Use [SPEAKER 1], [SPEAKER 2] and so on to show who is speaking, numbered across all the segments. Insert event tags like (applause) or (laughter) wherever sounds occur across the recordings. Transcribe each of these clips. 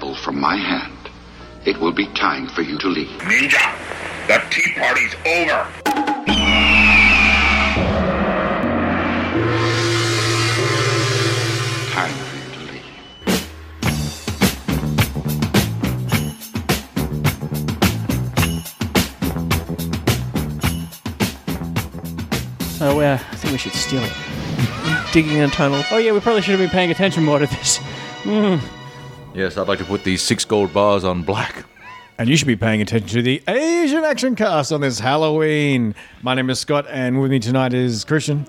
[SPEAKER 1] fall from my hand, it will be time for you to leave.
[SPEAKER 2] Ninja, the tea party's over.
[SPEAKER 1] Time for you to leave.
[SPEAKER 3] Oh, well, I think we should steal it. Digging a tunnel. Oh, yeah, we probably should have been paying attention more to this.
[SPEAKER 4] Yes, I'd like to put these six gold bars on black.
[SPEAKER 5] And you should be paying attention to the Asian Action Cast on this Halloween. My name is Scott, and with me tonight is Christian,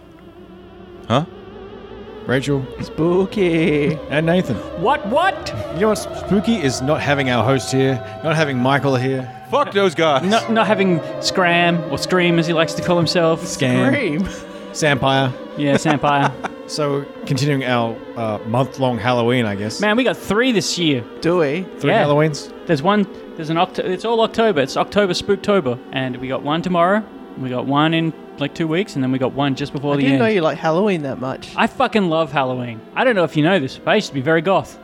[SPEAKER 4] Huh?
[SPEAKER 5] Rachel,
[SPEAKER 3] Spooky.
[SPEAKER 5] and Nathan.
[SPEAKER 3] What, what?
[SPEAKER 5] You know what's spooky is not having our host here, not having Michael here.
[SPEAKER 4] Fuck those guys.
[SPEAKER 3] Not, not having Scram, or Scream as he likes to call himself.
[SPEAKER 5] Scam, Sampire.
[SPEAKER 3] Yeah, (laughs) Sampire.
[SPEAKER 5] So continuing our uh, month-long Halloween, I guess.
[SPEAKER 3] Man, we got three this year.
[SPEAKER 6] Do we?
[SPEAKER 5] Three
[SPEAKER 3] yeah.
[SPEAKER 5] Halloweens.
[SPEAKER 3] There's one, there's an October, it's all October. It's October Spooktober. And we got one tomorrow, we got one in like two weeks, and then we got one just before
[SPEAKER 6] I
[SPEAKER 3] the
[SPEAKER 6] didn't
[SPEAKER 3] end.
[SPEAKER 6] know you like Halloween that much. (laughs)
[SPEAKER 3] I fucking love Halloween. I don't know if you know this, but I used to be very goth.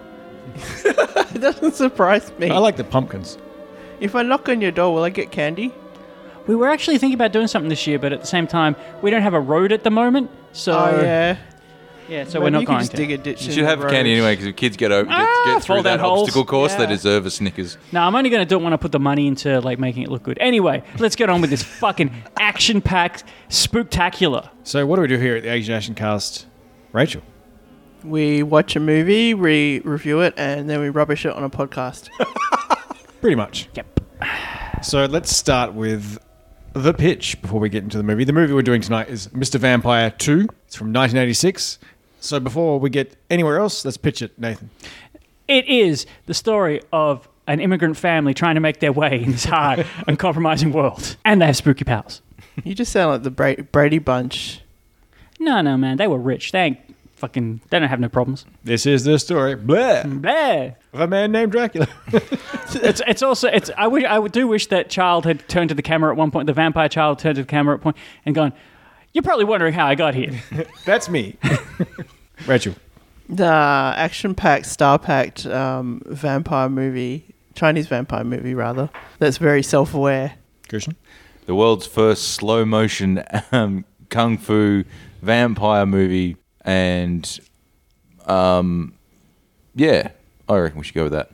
[SPEAKER 6] It doesn't surprise me.
[SPEAKER 5] I like the pumpkins.
[SPEAKER 6] if I knock on your door, will I get candy?
[SPEAKER 3] We were actually thinking about doing something this year, but at the same time, we don't have a road at the moment, so
[SPEAKER 6] oh yeah.
[SPEAKER 3] Yeah, so
[SPEAKER 6] Maybe
[SPEAKER 3] we're not
[SPEAKER 6] you could
[SPEAKER 3] going
[SPEAKER 6] just
[SPEAKER 3] to.
[SPEAKER 6] dig a ditch.
[SPEAKER 4] You
[SPEAKER 6] in
[SPEAKER 4] should
[SPEAKER 6] the
[SPEAKER 4] have
[SPEAKER 6] road.
[SPEAKER 4] candy anyway, because if kids get, over,
[SPEAKER 3] Ah,
[SPEAKER 4] get, get
[SPEAKER 3] fall
[SPEAKER 4] through that
[SPEAKER 3] down holes.
[SPEAKER 4] obstacle course, they
[SPEAKER 6] Yeah.
[SPEAKER 4] deserve a Snickers.
[SPEAKER 3] no, I'm only going to do it when I put the money into like making it look good. Anyway, let's get on with this fucking action-packed spooktacular.
[SPEAKER 5] So what do we do here at the Asian Action Cast, Rachel?
[SPEAKER 6] We watch a movie, we review it, and then we rubbish it on
[SPEAKER 3] (laughs)
[SPEAKER 6] a podcast.
[SPEAKER 5] Pretty much.
[SPEAKER 3] Yep.
[SPEAKER 5] So let's start with the pitch before we get into the movie. The movie we're doing tonight is Mr. Vampire 2. It's from 1986. So before we get anywhere else, let's pitch it, Nathan.
[SPEAKER 3] It is the story of an immigrant family trying to make their way in this hard,
[SPEAKER 6] (laughs)
[SPEAKER 3] uncompromising world, and they have spooky powers.
[SPEAKER 6] you just sound like the Bra- Brady Bunch.
[SPEAKER 3] No, no, man, they were rich. They ain't fucking. They don't have no problems.
[SPEAKER 5] This is the story bleh,
[SPEAKER 3] Blah.
[SPEAKER 5] of a man named Dracula. (laughs)
[SPEAKER 3] It's it's also it's I wish I do wish that child had turned to the camera at one point. The vampire child turned to the camera at point and gone. You're probably wondering how I got here.
[SPEAKER 5] That's me. (laughs) Rachel.
[SPEAKER 6] The action-packed, star-packed um, vampire movie, Chinese vampire movie rather. That's very self-aware.
[SPEAKER 5] Christian.
[SPEAKER 4] The world's first slow motion um, kung fu vampire movie, and um, yeah, I reckon we should go with that.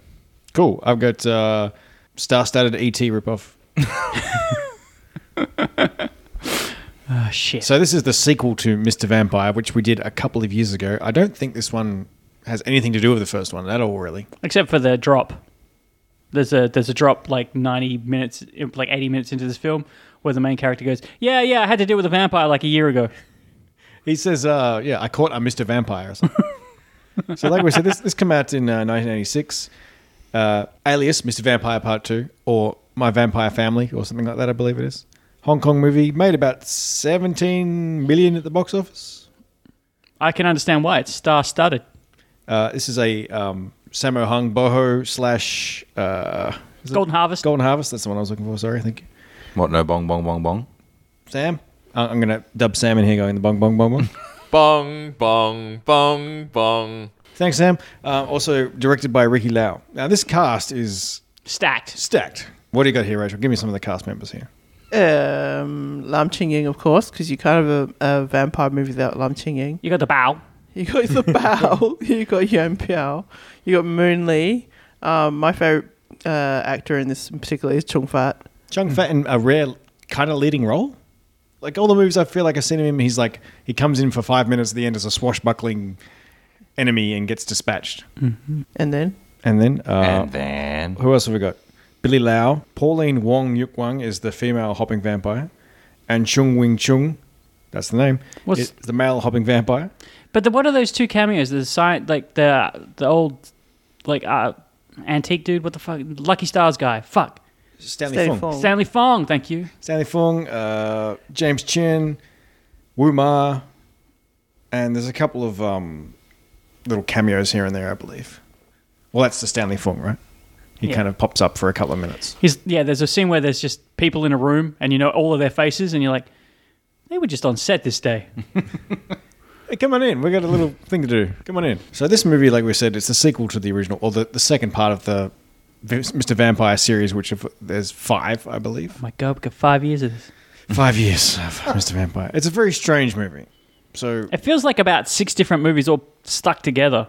[SPEAKER 5] Cool. I've got uh, star-studded ET ripoff.
[SPEAKER 3] (laughs) Oh shit.
[SPEAKER 5] So this is the sequel to Mr. Vampire, which we did a couple of years ago. I don't think this one has anything to do with the first one at all, really.
[SPEAKER 3] except for the drop. There's a there's a drop like 90 minutes, like 80 minutes into this film, where the main character goes, "Yeah, yeah, I had to deal with a vampire like a year ago."
[SPEAKER 5] He says, uh, yeah, I caught a Mr. Vampire or something. so, like we said, this, this came out in uh, 1986. Uh, alias Mr. Vampire Part 2 or My Vampire Family or something like that, I believe it is. Hong Kong movie made about 17 million at the box office.
[SPEAKER 3] I can understand why it's star-studded.
[SPEAKER 5] Uh, this is a um, Sammo Hung Boho slash. Uh, is it-
[SPEAKER 3] Golden Harvest.
[SPEAKER 5] Golden Harvest. That's the one I was looking for. Sorry, thank you.
[SPEAKER 4] What? No bong bong bong bong
[SPEAKER 5] Sam. I- I'm going to dub Sam in here going the bong, bong, bong, bong.
[SPEAKER 7] (laughs) Bong, bong, bong, bong.
[SPEAKER 5] Thanks, Sam. Uh, also directed by Ricky Lau. Now, this cast is
[SPEAKER 3] Stacked.
[SPEAKER 5] Stacked. What do you got here, Rachel? Give me some of the cast members here.
[SPEAKER 6] Um, Lam Ching Ying, of course, because you can't have a, a vampire movie without Lam Ching Ying.
[SPEAKER 3] You got the bow.
[SPEAKER 6] You got the (laughs) Bao. you got Yuen Piao. You got Moon Lee. Um, my favorite uh, actor in this in particular is Chung Fat.
[SPEAKER 5] Chung
[SPEAKER 7] Hmm.
[SPEAKER 5] Fat in a rare kind of leading role. Like all the movies I feel like I've seen him in, he's like, he comes in for five minutes at the end as a swashbuckling enemy and gets dispatched.
[SPEAKER 7] Hmm.
[SPEAKER 6] And then
[SPEAKER 5] And then, uh,
[SPEAKER 4] and then
[SPEAKER 5] who else have we got? Billy Lau. Pauline Wong Yuk Wang is the female hopping vampire. And Chung Wing Chung, that's the name,
[SPEAKER 3] What's-
[SPEAKER 5] is the male hopping vampire.
[SPEAKER 3] But the, what are those two cameos? The sci- like the the old like uh, antique dude. What the fuck? Lucky Stars guy. Fuck.
[SPEAKER 5] Stanley, Fong.
[SPEAKER 6] Stanley Fong.
[SPEAKER 3] Stanley Fong. Thank you.
[SPEAKER 5] Stanley Fung, uh, James Chin, Wu Ma, and there's a couple of um, little cameos here and there, I believe. Well, that's the Stanley Fung, right? He
[SPEAKER 3] Yeah.
[SPEAKER 5] kind of pops up for a couple of minutes.
[SPEAKER 3] He's, yeah, there's a scene where there's just people in a room and you know all of their faces and you're like, they were just on set this day.
[SPEAKER 5] Hey, come on in. We got a (laughs) little thing to do. Come on in. So this movie, like we said, it's the sequel to the original, or the, the second part of the v- Mr. Vampire series, which if, there's five, I believe.
[SPEAKER 3] (laughs) My God, we got five years of this.
[SPEAKER 5] (laughs) Five years of Mr. Vampire. It's a very strange movie. So
[SPEAKER 3] It feels like about six different movies all stuck together.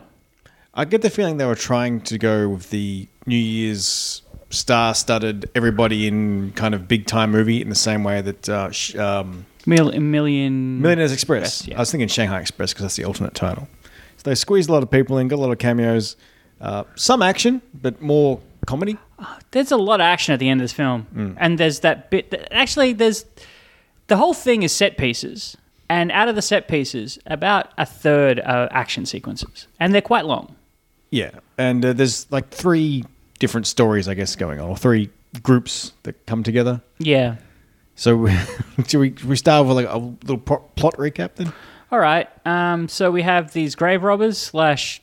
[SPEAKER 5] I get the feeling they were trying to go with the New Year's star-studded, everybody in kind of big-time movie in the same way that uh, sh- um,
[SPEAKER 3] Mil- a million.
[SPEAKER 5] Millionaires Express.
[SPEAKER 3] Express, yeah.
[SPEAKER 5] I was thinking Shanghai Express because that's the alternate title. So they squeezed a lot of people in, got a lot of cameos, uh, some action, but more comedy.
[SPEAKER 3] There's a lot of action at the end of this film, and there's that bit. That, actually, there's the whole thing is set pieces, and out of the set pieces, about a third are action sequences, and they're quite long.
[SPEAKER 5] Yeah, and uh, there's like three different stories, I guess, going on, or three groups that come together.
[SPEAKER 3] Yeah.
[SPEAKER 5] So, should we, (laughs) should we start with like a little pro- plot recap then?
[SPEAKER 3] All right. Um, so we have these grave robbers slash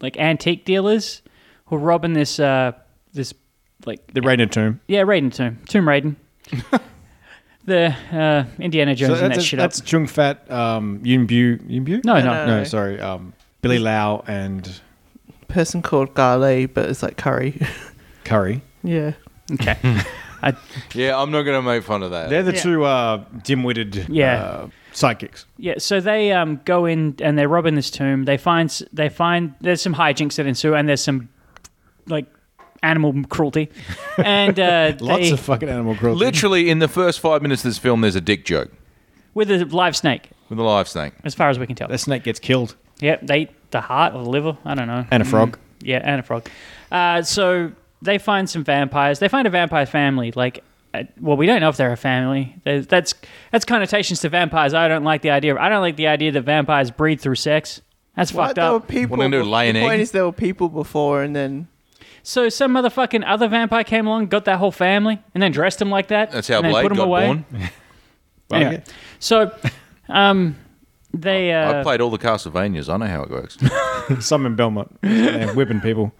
[SPEAKER 3] like antique dealers who are robbing this uh, this like
[SPEAKER 5] The Raiden Tomb.
[SPEAKER 3] yeah Raiden tomb Tomb Raiden. the uh, Indiana Jones and
[SPEAKER 5] that's,
[SPEAKER 3] that shit up.
[SPEAKER 5] that's Chung Fat, um, Yun Bu, Yun Bu?
[SPEAKER 3] No,
[SPEAKER 6] no,
[SPEAKER 3] no,
[SPEAKER 5] no, sorry, um, Billy Lau and
[SPEAKER 6] person called Garley, but it's like curry. (laughs)
[SPEAKER 5] Curry.
[SPEAKER 6] yeah.
[SPEAKER 3] Okay.
[SPEAKER 5] (laughs)
[SPEAKER 3] I,
[SPEAKER 4] Yeah, I'm not gonna make fun of that.
[SPEAKER 5] They're the
[SPEAKER 3] Yeah.
[SPEAKER 5] two uh, dim-witted
[SPEAKER 3] Yeah.
[SPEAKER 5] uh, sidekicks.
[SPEAKER 3] yeah. So they um, go in and they're robbing this tomb. They find s- they find there's some hijinks that ensue and there's some like animal
[SPEAKER 5] (laughs)
[SPEAKER 3] cruelty and uh,
[SPEAKER 5] Lots
[SPEAKER 3] they,
[SPEAKER 5] of fucking animal cruelty.
[SPEAKER 4] Literally in the first five minutes of this film, there's a dick joke
[SPEAKER 3] with a live snake,
[SPEAKER 4] with a live snake.
[SPEAKER 3] as far as we can tell.
[SPEAKER 5] That snake gets killed.
[SPEAKER 3] Yep, they eat the heart or the liver. I don't know.
[SPEAKER 5] And a frog.
[SPEAKER 3] Yeah, and a frog. Uh, so they find some vampires. They find a vampire family. Like, uh, well, we don't know if they're a family. There's, that's that's connotations to vampires. I don't like the idea. Of, I don't like the idea that vampires breed through sex. That's
[SPEAKER 6] What?
[SPEAKER 3] fucked
[SPEAKER 6] There were
[SPEAKER 3] up.
[SPEAKER 6] people.
[SPEAKER 4] What do they do,
[SPEAKER 6] bef-
[SPEAKER 4] lay an
[SPEAKER 6] the point
[SPEAKER 4] egg?
[SPEAKER 6] is there were people before, and then
[SPEAKER 3] So some motherfucking other vampire came along, got that whole family, and then dressed them like that.
[SPEAKER 4] That's how
[SPEAKER 3] and then
[SPEAKER 4] Blade
[SPEAKER 3] put 'em
[SPEAKER 4] got
[SPEAKER 3] away.
[SPEAKER 4] born.
[SPEAKER 3] Anyway,
[SPEAKER 5] Okay.
[SPEAKER 3] So, um, they. Uh,
[SPEAKER 4] I played all the Castlevanias. I know how it works.
[SPEAKER 5] Some in Belmont. They're whipping people.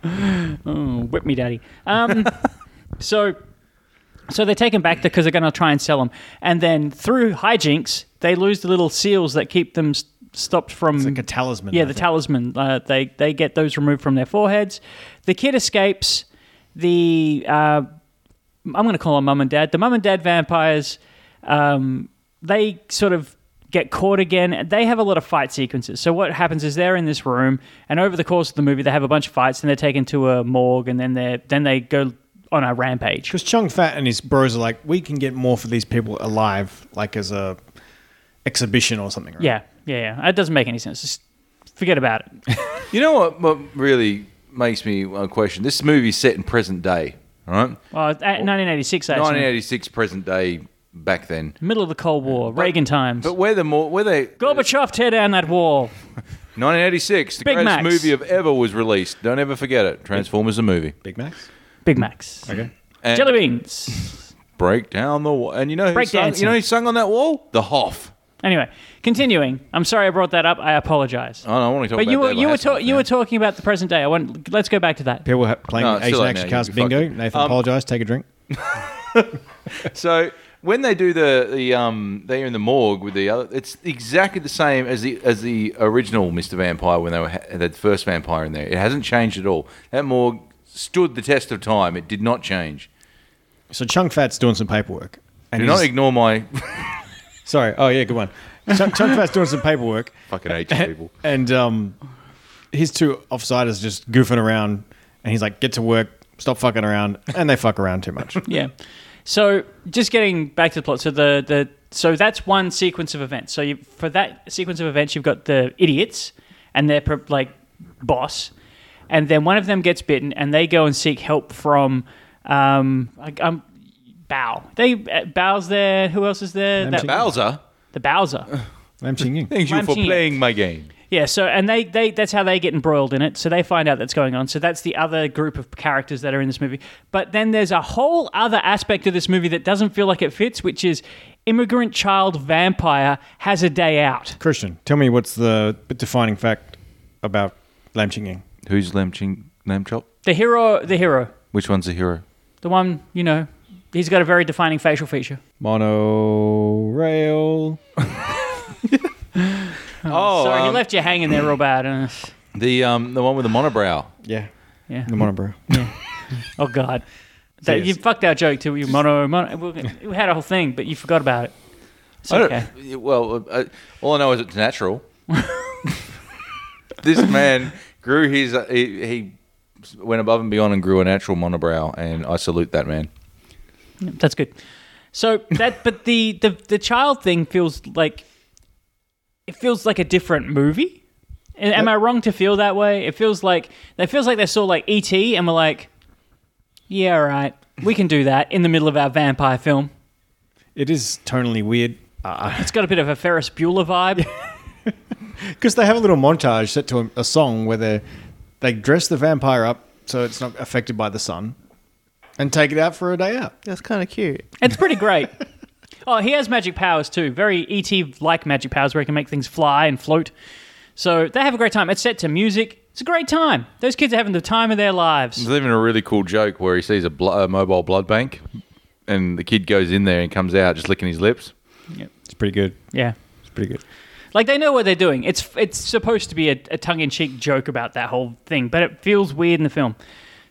[SPEAKER 3] Oh, whip me, daddy.
[SPEAKER 5] (laughs)
[SPEAKER 3] Um, so, so they take him back because they're going to try and sell him, and then through hijinks, they lose the little seals that keep them s- stopped from.
[SPEAKER 5] It's like a talisman.
[SPEAKER 3] yeah,
[SPEAKER 5] I
[SPEAKER 3] the
[SPEAKER 5] think.
[SPEAKER 3] talisman. Uh, they they get those removed from their foreheads. The kid escapes. The uh, I'm going to call them mum and dad. The mum and dad vampires. Um, they sort of get caught again. They have a lot of fight sequences. So what happens is they're in this room, and over the course of the movie, they have a bunch of fights, and they're taken to a morgue, and then they then they go on a rampage.
[SPEAKER 5] Because Chung Fat and his bros are like, we can get more for these people alive, like as a exhibition or something. Right?
[SPEAKER 3] Yeah, yeah, yeah. It doesn't make any sense. Just forget about
[SPEAKER 5] (laughs)
[SPEAKER 3] it.
[SPEAKER 4] you know what, what really makes me uh, question? This movie's set in present day, all right?
[SPEAKER 3] Well, at 1986, actually,
[SPEAKER 4] 1986 present day back then.
[SPEAKER 3] middle of the Cold War, Reagan times.
[SPEAKER 4] But where the more where they
[SPEAKER 3] Gorbachev, tear down that wall.
[SPEAKER 4] 1986, the
[SPEAKER 3] Big
[SPEAKER 4] greatest
[SPEAKER 3] Macs.
[SPEAKER 4] movie of ever was released. Don't ever forget it. Transformers the movie.
[SPEAKER 5] Big Macs.
[SPEAKER 3] Big Macs.
[SPEAKER 5] Okay.
[SPEAKER 4] And
[SPEAKER 3] Jelly beans.
[SPEAKER 4] Break down the wall. And you know who
[SPEAKER 3] Break
[SPEAKER 4] sung,
[SPEAKER 3] dancing.
[SPEAKER 4] you know who sung on that wall? The Hoff.
[SPEAKER 3] Anyway, continuing. I'm sorry I brought that up. I apologize.
[SPEAKER 4] Oh, I don't want to talk
[SPEAKER 3] but
[SPEAKER 4] about
[SPEAKER 3] you were
[SPEAKER 4] that
[SPEAKER 3] you were
[SPEAKER 4] last
[SPEAKER 3] ta-
[SPEAKER 4] time,
[SPEAKER 3] you
[SPEAKER 4] yeah.
[SPEAKER 3] were talking about the present day. I want let's go back to that.
[SPEAKER 5] People ha- playing
[SPEAKER 4] No, it's too
[SPEAKER 5] Asian
[SPEAKER 4] late
[SPEAKER 5] Action
[SPEAKER 4] now.
[SPEAKER 5] Cars
[SPEAKER 4] You
[SPEAKER 5] Bingo.
[SPEAKER 4] fucked it.
[SPEAKER 5] Nathan, apologise. Take a drink.
[SPEAKER 4] So when they do the the um they're in the morgue with the other, it's exactly the same as the as the original Mr. Vampire when they were ha- the first vampire in there. It hasn't changed at all. That morgue stood the test of time. It did not change.
[SPEAKER 5] So Chung Fat's doing some paperwork. And
[SPEAKER 4] Do not
[SPEAKER 5] he's-
[SPEAKER 4] ignore my
[SPEAKER 5] Sorry. Oh, yeah, good one. Chung, Chung Fat's doing some paperwork.
[SPEAKER 4] fucking age people.
[SPEAKER 5] And um, his two offsiders just goofing around. And he's like, get to work. Stop fucking around. And they fuck around too (laughs) much.
[SPEAKER 3] Yeah. So just getting back to the plot. So the, the so that's one sequence of events. So you, for that sequence of events, you've got the idiots and their pro- like boss, and then one of them gets bitten, and they go and seek help from um like, um Bow. They uh, Bow's there. Who else is there? That-
[SPEAKER 4] (laughs) Bowser,
[SPEAKER 3] the Bowser.
[SPEAKER 5] I'm singing.
[SPEAKER 4] thank you
[SPEAKER 3] Lam
[SPEAKER 4] for
[SPEAKER 3] Ching.
[SPEAKER 4] playing my game.
[SPEAKER 3] Yeah, so and they, they that's how they get embroiled in it. So they find out that's going on. So that's the other group of characters that are in this movie. But then there's a whole other aspect of this movie that doesn't feel like it fits, which is immigrant child vampire has a day out.
[SPEAKER 5] Christian, tell me what's the defining fact about Lam Chinging?
[SPEAKER 4] Who's Lam Ching Lam Chop?
[SPEAKER 3] The hero, the hero,
[SPEAKER 4] Which one's the hero?
[SPEAKER 3] the one you know, he's got a very defining facial feature.
[SPEAKER 5] Monorail.
[SPEAKER 4] Oh,
[SPEAKER 3] Sorry, he
[SPEAKER 4] um,
[SPEAKER 3] left you hanging there real bad. Uh,
[SPEAKER 4] The um, the one with the monobrow.
[SPEAKER 5] Yeah.
[SPEAKER 3] yeah.
[SPEAKER 5] The monobrow.
[SPEAKER 3] Oh God. That,
[SPEAKER 5] yes.
[SPEAKER 3] You fucked our joke too. You mono, mono. we- We had a whole thing, but you forgot about it. It's
[SPEAKER 4] I don't-
[SPEAKER 3] okay.
[SPEAKER 4] Well, uh, all I know is it's natural. (laughs) this man grew his. Uh, he, he went above and beyond and grew a natural monobrow, and I salute that man.
[SPEAKER 3] That's good. So that, but the, the the child thing feels like it feels like a different movie. And am I wrong to feel that way? It feels like it feels like they saw like ET and were like, yeah, all right, we can do that in the middle of our vampire film.
[SPEAKER 5] It is tonally weird.
[SPEAKER 3] It's got a bit of a Ferris Bueller vibe.
[SPEAKER 5] Because they have a little montage set to a, a song where they they dress the vampire up so it's not affected by the sun and take it out for a day out.
[SPEAKER 6] That's kind of cute.
[SPEAKER 3] It's pretty great. oh, he has magic powers too. Very ET like magic powers where he can make things fly and float. So they have a great time. It's set to music. It's a great time. Those kids are having the time of their lives.
[SPEAKER 4] There's even a really cool joke where he sees a, blo- a mobile blood bank, and the kid goes in there and comes out just licking his lips.
[SPEAKER 5] It's pretty good.
[SPEAKER 3] Yeah.
[SPEAKER 5] It's pretty good.
[SPEAKER 3] Like they know what they're doing. It's it's supposed to be a, a tongue in cheek joke about that whole thing, but it feels weird in the film.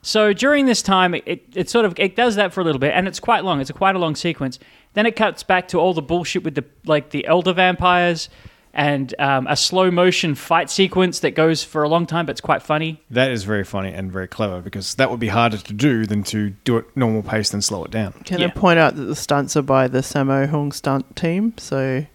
[SPEAKER 3] So during this time, it, it, it sort of it does that for a little bit, and it's quite long. It's a quite a long sequence. Then it cuts back to all the bullshit with the like the elder vampires and um, a slow motion fight sequence that goes for a long time, but it's quite funny.
[SPEAKER 5] That is very funny and very clever because that would be harder to do than to do it normal pace and slow it down.
[SPEAKER 6] Can I
[SPEAKER 3] Yeah.
[SPEAKER 6] point out that the stunts are by the Sammo Hung stunt team? So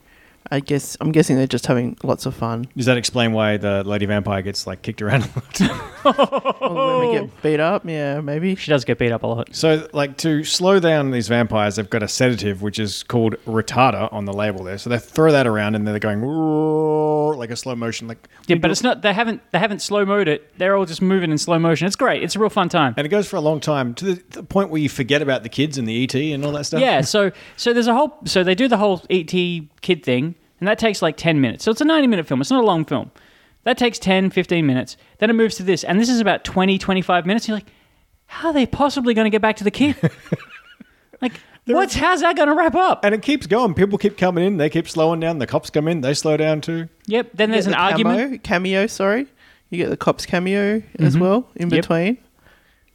[SPEAKER 6] I guess I'm guessing they're just having lots of fun.
[SPEAKER 5] Does that explain why the lady vampire gets like kicked around a lot?
[SPEAKER 3] Oh.
[SPEAKER 6] Or When we get beat up, yeah, maybe.
[SPEAKER 3] She does get beat up a lot.
[SPEAKER 5] So, like to slow down these vampires, they've got a sedative which is called retarder on the label there. So they throw that around and then they're going "Roar," like a slow motion, like
[SPEAKER 3] Yeah, but it's not. They haven't. They haven't slow mode it. They're all just moving in slow motion. It's great. It's a real fun time.
[SPEAKER 5] and it goes for a long time to the, the point where you forget about the kids and the ET and all that
[SPEAKER 3] (laughs)
[SPEAKER 5] stuff.
[SPEAKER 3] yeah so so there's a whole so they do the whole et kid thing and that takes like 10 minutes so it's a 90 minute film it's not a long film that takes 10 15 minutes then it moves to this and this is about 20 25 minutes you're like how are they possibly going to get back to the kid like what's how's that going to wrap up
[SPEAKER 5] and it keeps going. People keep coming in. They keep slowing down. The cops come in. They slow down too.
[SPEAKER 3] yep then there's
[SPEAKER 6] Get
[SPEAKER 3] an
[SPEAKER 6] the
[SPEAKER 3] argument Mm-hmm.
[SPEAKER 6] Cameo, cameo, sorry. You get the cops cameo as well in
[SPEAKER 3] Yep.
[SPEAKER 6] between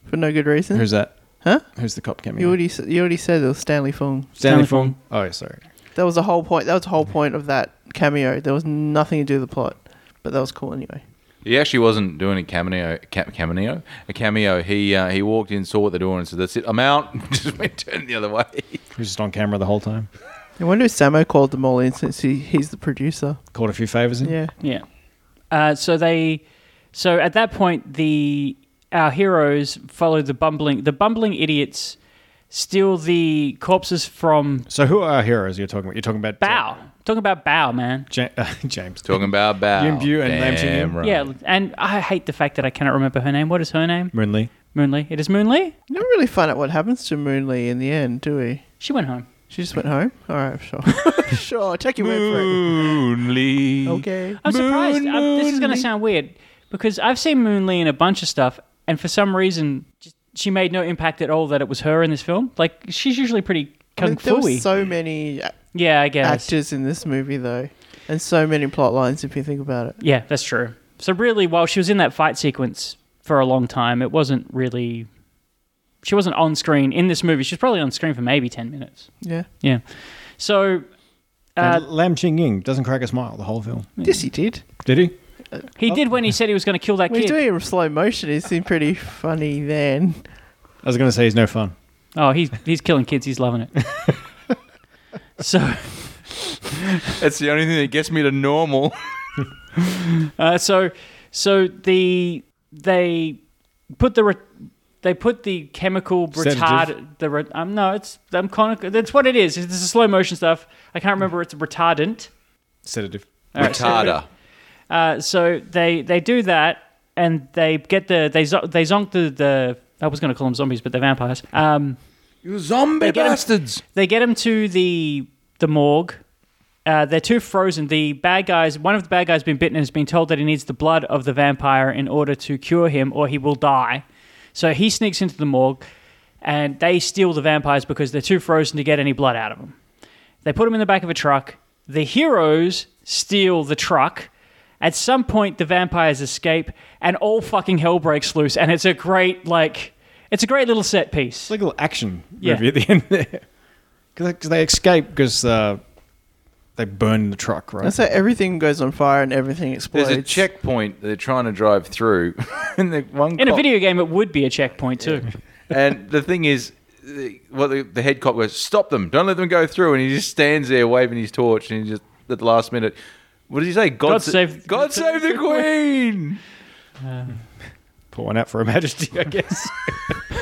[SPEAKER 6] for no good reason.
[SPEAKER 5] Who's that?
[SPEAKER 6] Huh?
[SPEAKER 5] Who's the cop coming?
[SPEAKER 6] You already s- you already said it was Stanley Fung.
[SPEAKER 3] Stanley
[SPEAKER 5] Stanley
[SPEAKER 3] Fung.
[SPEAKER 5] Fung. Oh, yeah, sorry.
[SPEAKER 6] That was the whole point. That was the whole point of that cameo. There was nothing to do with the plot, but that was cool anyway.
[SPEAKER 4] He actually wasn't doing a cameo, ca- cameo, a cameo. He uh, he walked in, saw what they're doing, and said, "That's it, I'm out." (laughs) Just went turn the other way.
[SPEAKER 5] Who's just on camera the whole time?
[SPEAKER 6] I wonder if Samo called them all in since he, he's the producer.
[SPEAKER 5] Caught a few favors in.
[SPEAKER 6] Yeah.
[SPEAKER 3] yeah uh, so they so at that point the our heroes follow the bumbling the bumbling idiots steal the corpses from
[SPEAKER 5] So who are our heroes? You're talking about? You're talking about
[SPEAKER 3] bow talking about bow man
[SPEAKER 5] Ja- (laughs) uh, James.
[SPEAKER 4] Talking about Bao.
[SPEAKER 5] Yim Bu and Lam Ching Yim?
[SPEAKER 4] Damn right.
[SPEAKER 3] Yeah,
[SPEAKER 6] Um,
[SPEAKER 3] and I hate the fact that I cannot remember her name. What is her name?
[SPEAKER 5] Moonlee.
[SPEAKER 3] Moonlee. It is Moonlee.
[SPEAKER 6] You never really find out what happens to Moonlee in the end, do we?
[SPEAKER 3] She went home.
[SPEAKER 6] She just went home. All right, (laughs) sure, sure. Take your word
[SPEAKER 4] Moonly.
[SPEAKER 6] for it. Okay.
[SPEAKER 3] I'm surprised. I'm- this is going to sound weird because I've seen Moonlee in a bunch of stuff, and for some reason, just, she made no impact at all that it was her in this film. Like she's usually pretty
[SPEAKER 6] I
[SPEAKER 3] kung
[SPEAKER 6] mean, there
[SPEAKER 3] fu
[SPEAKER 6] were so many a-
[SPEAKER 3] Yeah, I guess.
[SPEAKER 6] actors in this movie though, and so many plot lines if you think about it.
[SPEAKER 3] Yeah, that's true. So really, while she was in that fight sequence for a long time, it wasn't really. She wasn't on screen in this movie. She's probably on screen for maybe ten minutes.
[SPEAKER 6] Yeah.
[SPEAKER 3] Yeah. So Uh,
[SPEAKER 5] And Lam Ching Ying doesn't crack a smile the whole film.
[SPEAKER 6] Yes, he did.
[SPEAKER 5] Did he?
[SPEAKER 6] oh.
[SPEAKER 3] he did when he said he was going to kill that
[SPEAKER 6] When
[SPEAKER 3] kid.
[SPEAKER 6] he's doing it in slow motion, it seemed pretty funny then.
[SPEAKER 5] I was going to say he's no fun.
[SPEAKER 3] Oh, he's he's killing kids. He's loving it. so,
[SPEAKER 4] That's the only thing that gets me
[SPEAKER 3] (laughs)
[SPEAKER 4] to normal.
[SPEAKER 3] uh, so, so the they put the re- they put the chemical
[SPEAKER 5] Sedative.
[SPEAKER 3] retard the re- um, no it's I'm conic- that's what it is. It's a slow motion stuff. I can't remember. It's a retardant.
[SPEAKER 5] Sedative.
[SPEAKER 3] All right, so-
[SPEAKER 4] Retarder.
[SPEAKER 3] Uh, so they they do that and they get the they zo- they zonk the the I was going to call them zombies, but they're vampires. Um,
[SPEAKER 4] You zombie
[SPEAKER 3] get him.
[SPEAKER 4] bastards.
[SPEAKER 3] they get him to the the morgue. Uh, they're too frozen. The bad guys, one of the bad guys, been bitten and has been told that he needs the blood of the vampire in order to cure him, or he will die. So he sneaks into the morgue, and they steal the vampires because they're too frozen to get any blood out of them. They put him in the back of a truck. The heroes steal the truck At some point, the vampires escape, and all fucking hell breaks loose. And it's a great like, it's a great little set piece.
[SPEAKER 5] It's like a little action
[SPEAKER 3] Yeah.
[SPEAKER 5] movie at the end there. (laughs) Because they escape because uh, they burn the truck, right?
[SPEAKER 6] That's how everything goes on fire and everything explodes.
[SPEAKER 4] There's a checkpoint they're trying to drive through, (laughs) and the one
[SPEAKER 3] In a
[SPEAKER 4] cop-
[SPEAKER 3] video game, it would be a checkpoint too.
[SPEAKER 4] And the thing is, the, well, the, the head cop goes, "Stop them! Don't let them go through!" And he just stands there waving his torch, and he just at the last minute, what did he say? God,
[SPEAKER 3] God
[SPEAKER 4] sa-
[SPEAKER 3] save-
[SPEAKER 4] God save the
[SPEAKER 3] (laughs)
[SPEAKER 4] Queen!
[SPEAKER 5] Put one out for (laughs) Her Majesty, I guess.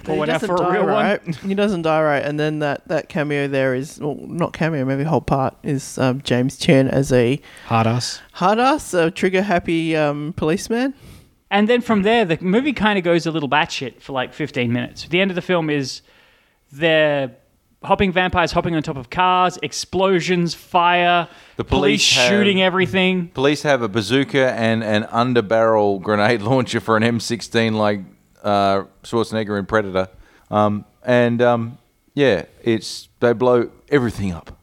[SPEAKER 6] He
[SPEAKER 3] one out
[SPEAKER 6] doesn't
[SPEAKER 3] for a
[SPEAKER 6] die
[SPEAKER 3] real one.
[SPEAKER 6] right. He doesn't die right, and then that, that cameo there is well, not cameo, maybe whole part is um, James Chen as a
[SPEAKER 5] Hard ass.
[SPEAKER 6] hard ass, a trigger happy um, policeman.
[SPEAKER 3] And then from there, the movie kind of goes a little batshit for like 15 minutes. The end of the film is they're hopping vampires hopping on top of cars, explosions, fire,
[SPEAKER 4] The police have-
[SPEAKER 3] shooting everything.
[SPEAKER 4] Police have a bazooka and an underbarrel grenade (laughs) launcher for an M16, like uh, Schwarzenegger in Predator. Um, and um, yeah, it's they blow everything up.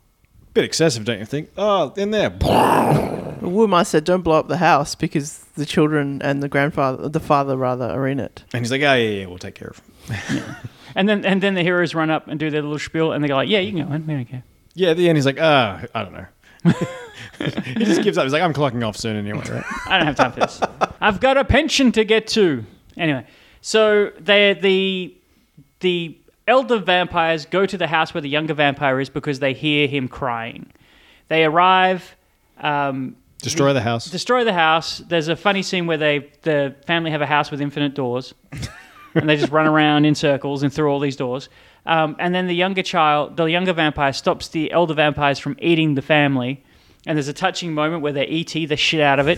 [SPEAKER 5] Bit excessive, don't you think? Oh, in there. (laughs)
[SPEAKER 6] But Wilma said, "Don't blow up the house because the children and the grandfather, the father rather, are in it."
[SPEAKER 5] And he's like, oh, yeah, yeah, we'll take care of him.
[SPEAKER 3] And then and then the heroes run up and do their little spiel, and they go like, "Yeah, you can go in. We don't care."
[SPEAKER 5] Yeah, at the end, he's like, ah, I don't know. (laughs) he just gives up. He's like, I'm clocking off soon anyway, right?
[SPEAKER 3] I don't have time for
[SPEAKER 4] (laughs)
[SPEAKER 3] this. I've got a pension to get to. Anyway, so they the the elder vampires go to the house where the younger vampire is because they hear him crying. They arrive. Um,
[SPEAKER 5] Destroy the house.
[SPEAKER 3] destroy the house. There's a funny scene where they the family have a house with infinite doors, and they just run around in circles and through all these doors. Um, and then the younger child, the younger vampire, stops the elder vampires from eating the family. And there's a touching moment where they ET the shit out of it,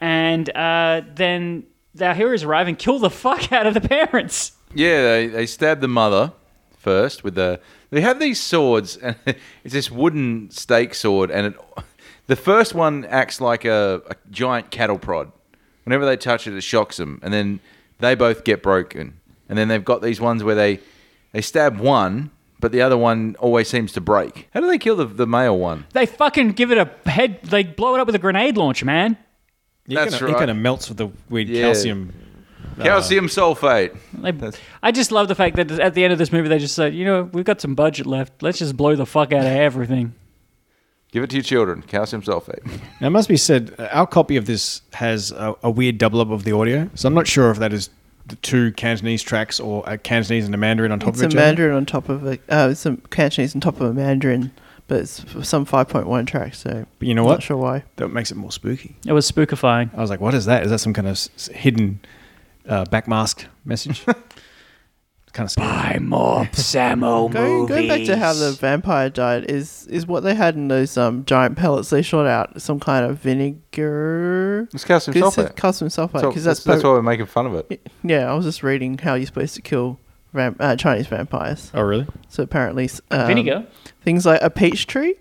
[SPEAKER 3] and uh, then our heroes arrive and kill the fuck out of the parents.
[SPEAKER 4] Yeah, they, they stab the mother first with the. They have these swords, and (laughs) it's this wooden stake sword, and it, (laughs) the first one acts like a, a giant cattle prod. Whenever they touch it, it shocks them, and then they both get broken. And then they've got these ones where they they stab one, but the other one always seems to break. How do they kill the, the male one?
[SPEAKER 3] They fucking give it a head. They blow it up with a grenade launcher, man.
[SPEAKER 5] He
[SPEAKER 4] That's
[SPEAKER 5] kinda, He
[SPEAKER 4] right.
[SPEAKER 5] kind of melts with the weird
[SPEAKER 4] Yeah.
[SPEAKER 5] calcium.
[SPEAKER 4] Calcium sulfate.
[SPEAKER 3] They- I just love the fact that at the end of this movie, they just said, you know, we've got some budget left. Let's just blow the fuck out of everything.
[SPEAKER 4] Give it to your children. Calcium sulfate.
[SPEAKER 5] Now, it must be said, uh, our copy of this has a, a weird double up of the audio, so I'm not sure if that is the two Cantonese tracks or a Cantonese and a Mandarin on top
[SPEAKER 6] It's
[SPEAKER 5] of
[SPEAKER 6] a
[SPEAKER 5] each
[SPEAKER 6] Mandarin on top of a uh, some Cantonese on top of a Mandarin, but it's f- some five point one track. So
[SPEAKER 5] But you know
[SPEAKER 6] I'm
[SPEAKER 5] what?
[SPEAKER 6] Not sure why.
[SPEAKER 5] other. That makes it more spooky.
[SPEAKER 3] It was
[SPEAKER 6] (laughs)
[SPEAKER 3] spookifying.
[SPEAKER 5] I was like, what is that? Is that some kind of s- s- hidden uh, backmask message? kind of scary.
[SPEAKER 3] Buy
[SPEAKER 4] (laughs)
[SPEAKER 3] more Samo
[SPEAKER 6] Going, going back to how the
[SPEAKER 3] movies.
[SPEAKER 6] vampire died is is what they had in those um, giant pellets they shot out some kind of vinegar.
[SPEAKER 4] It's calcium
[SPEAKER 6] Because it's
[SPEAKER 4] sulfate.
[SPEAKER 6] calcium sulfate.
[SPEAKER 4] So-
[SPEAKER 6] Because that's,
[SPEAKER 4] that's why
[SPEAKER 6] pro-
[SPEAKER 4] we're making fun of it.
[SPEAKER 6] yeah. I was just reading how you're supposed to kill vamp- uh, Chinese vampires.
[SPEAKER 5] Oh, really?
[SPEAKER 6] So apparently, s- um,
[SPEAKER 3] vinegar.
[SPEAKER 6] things like a peach tree.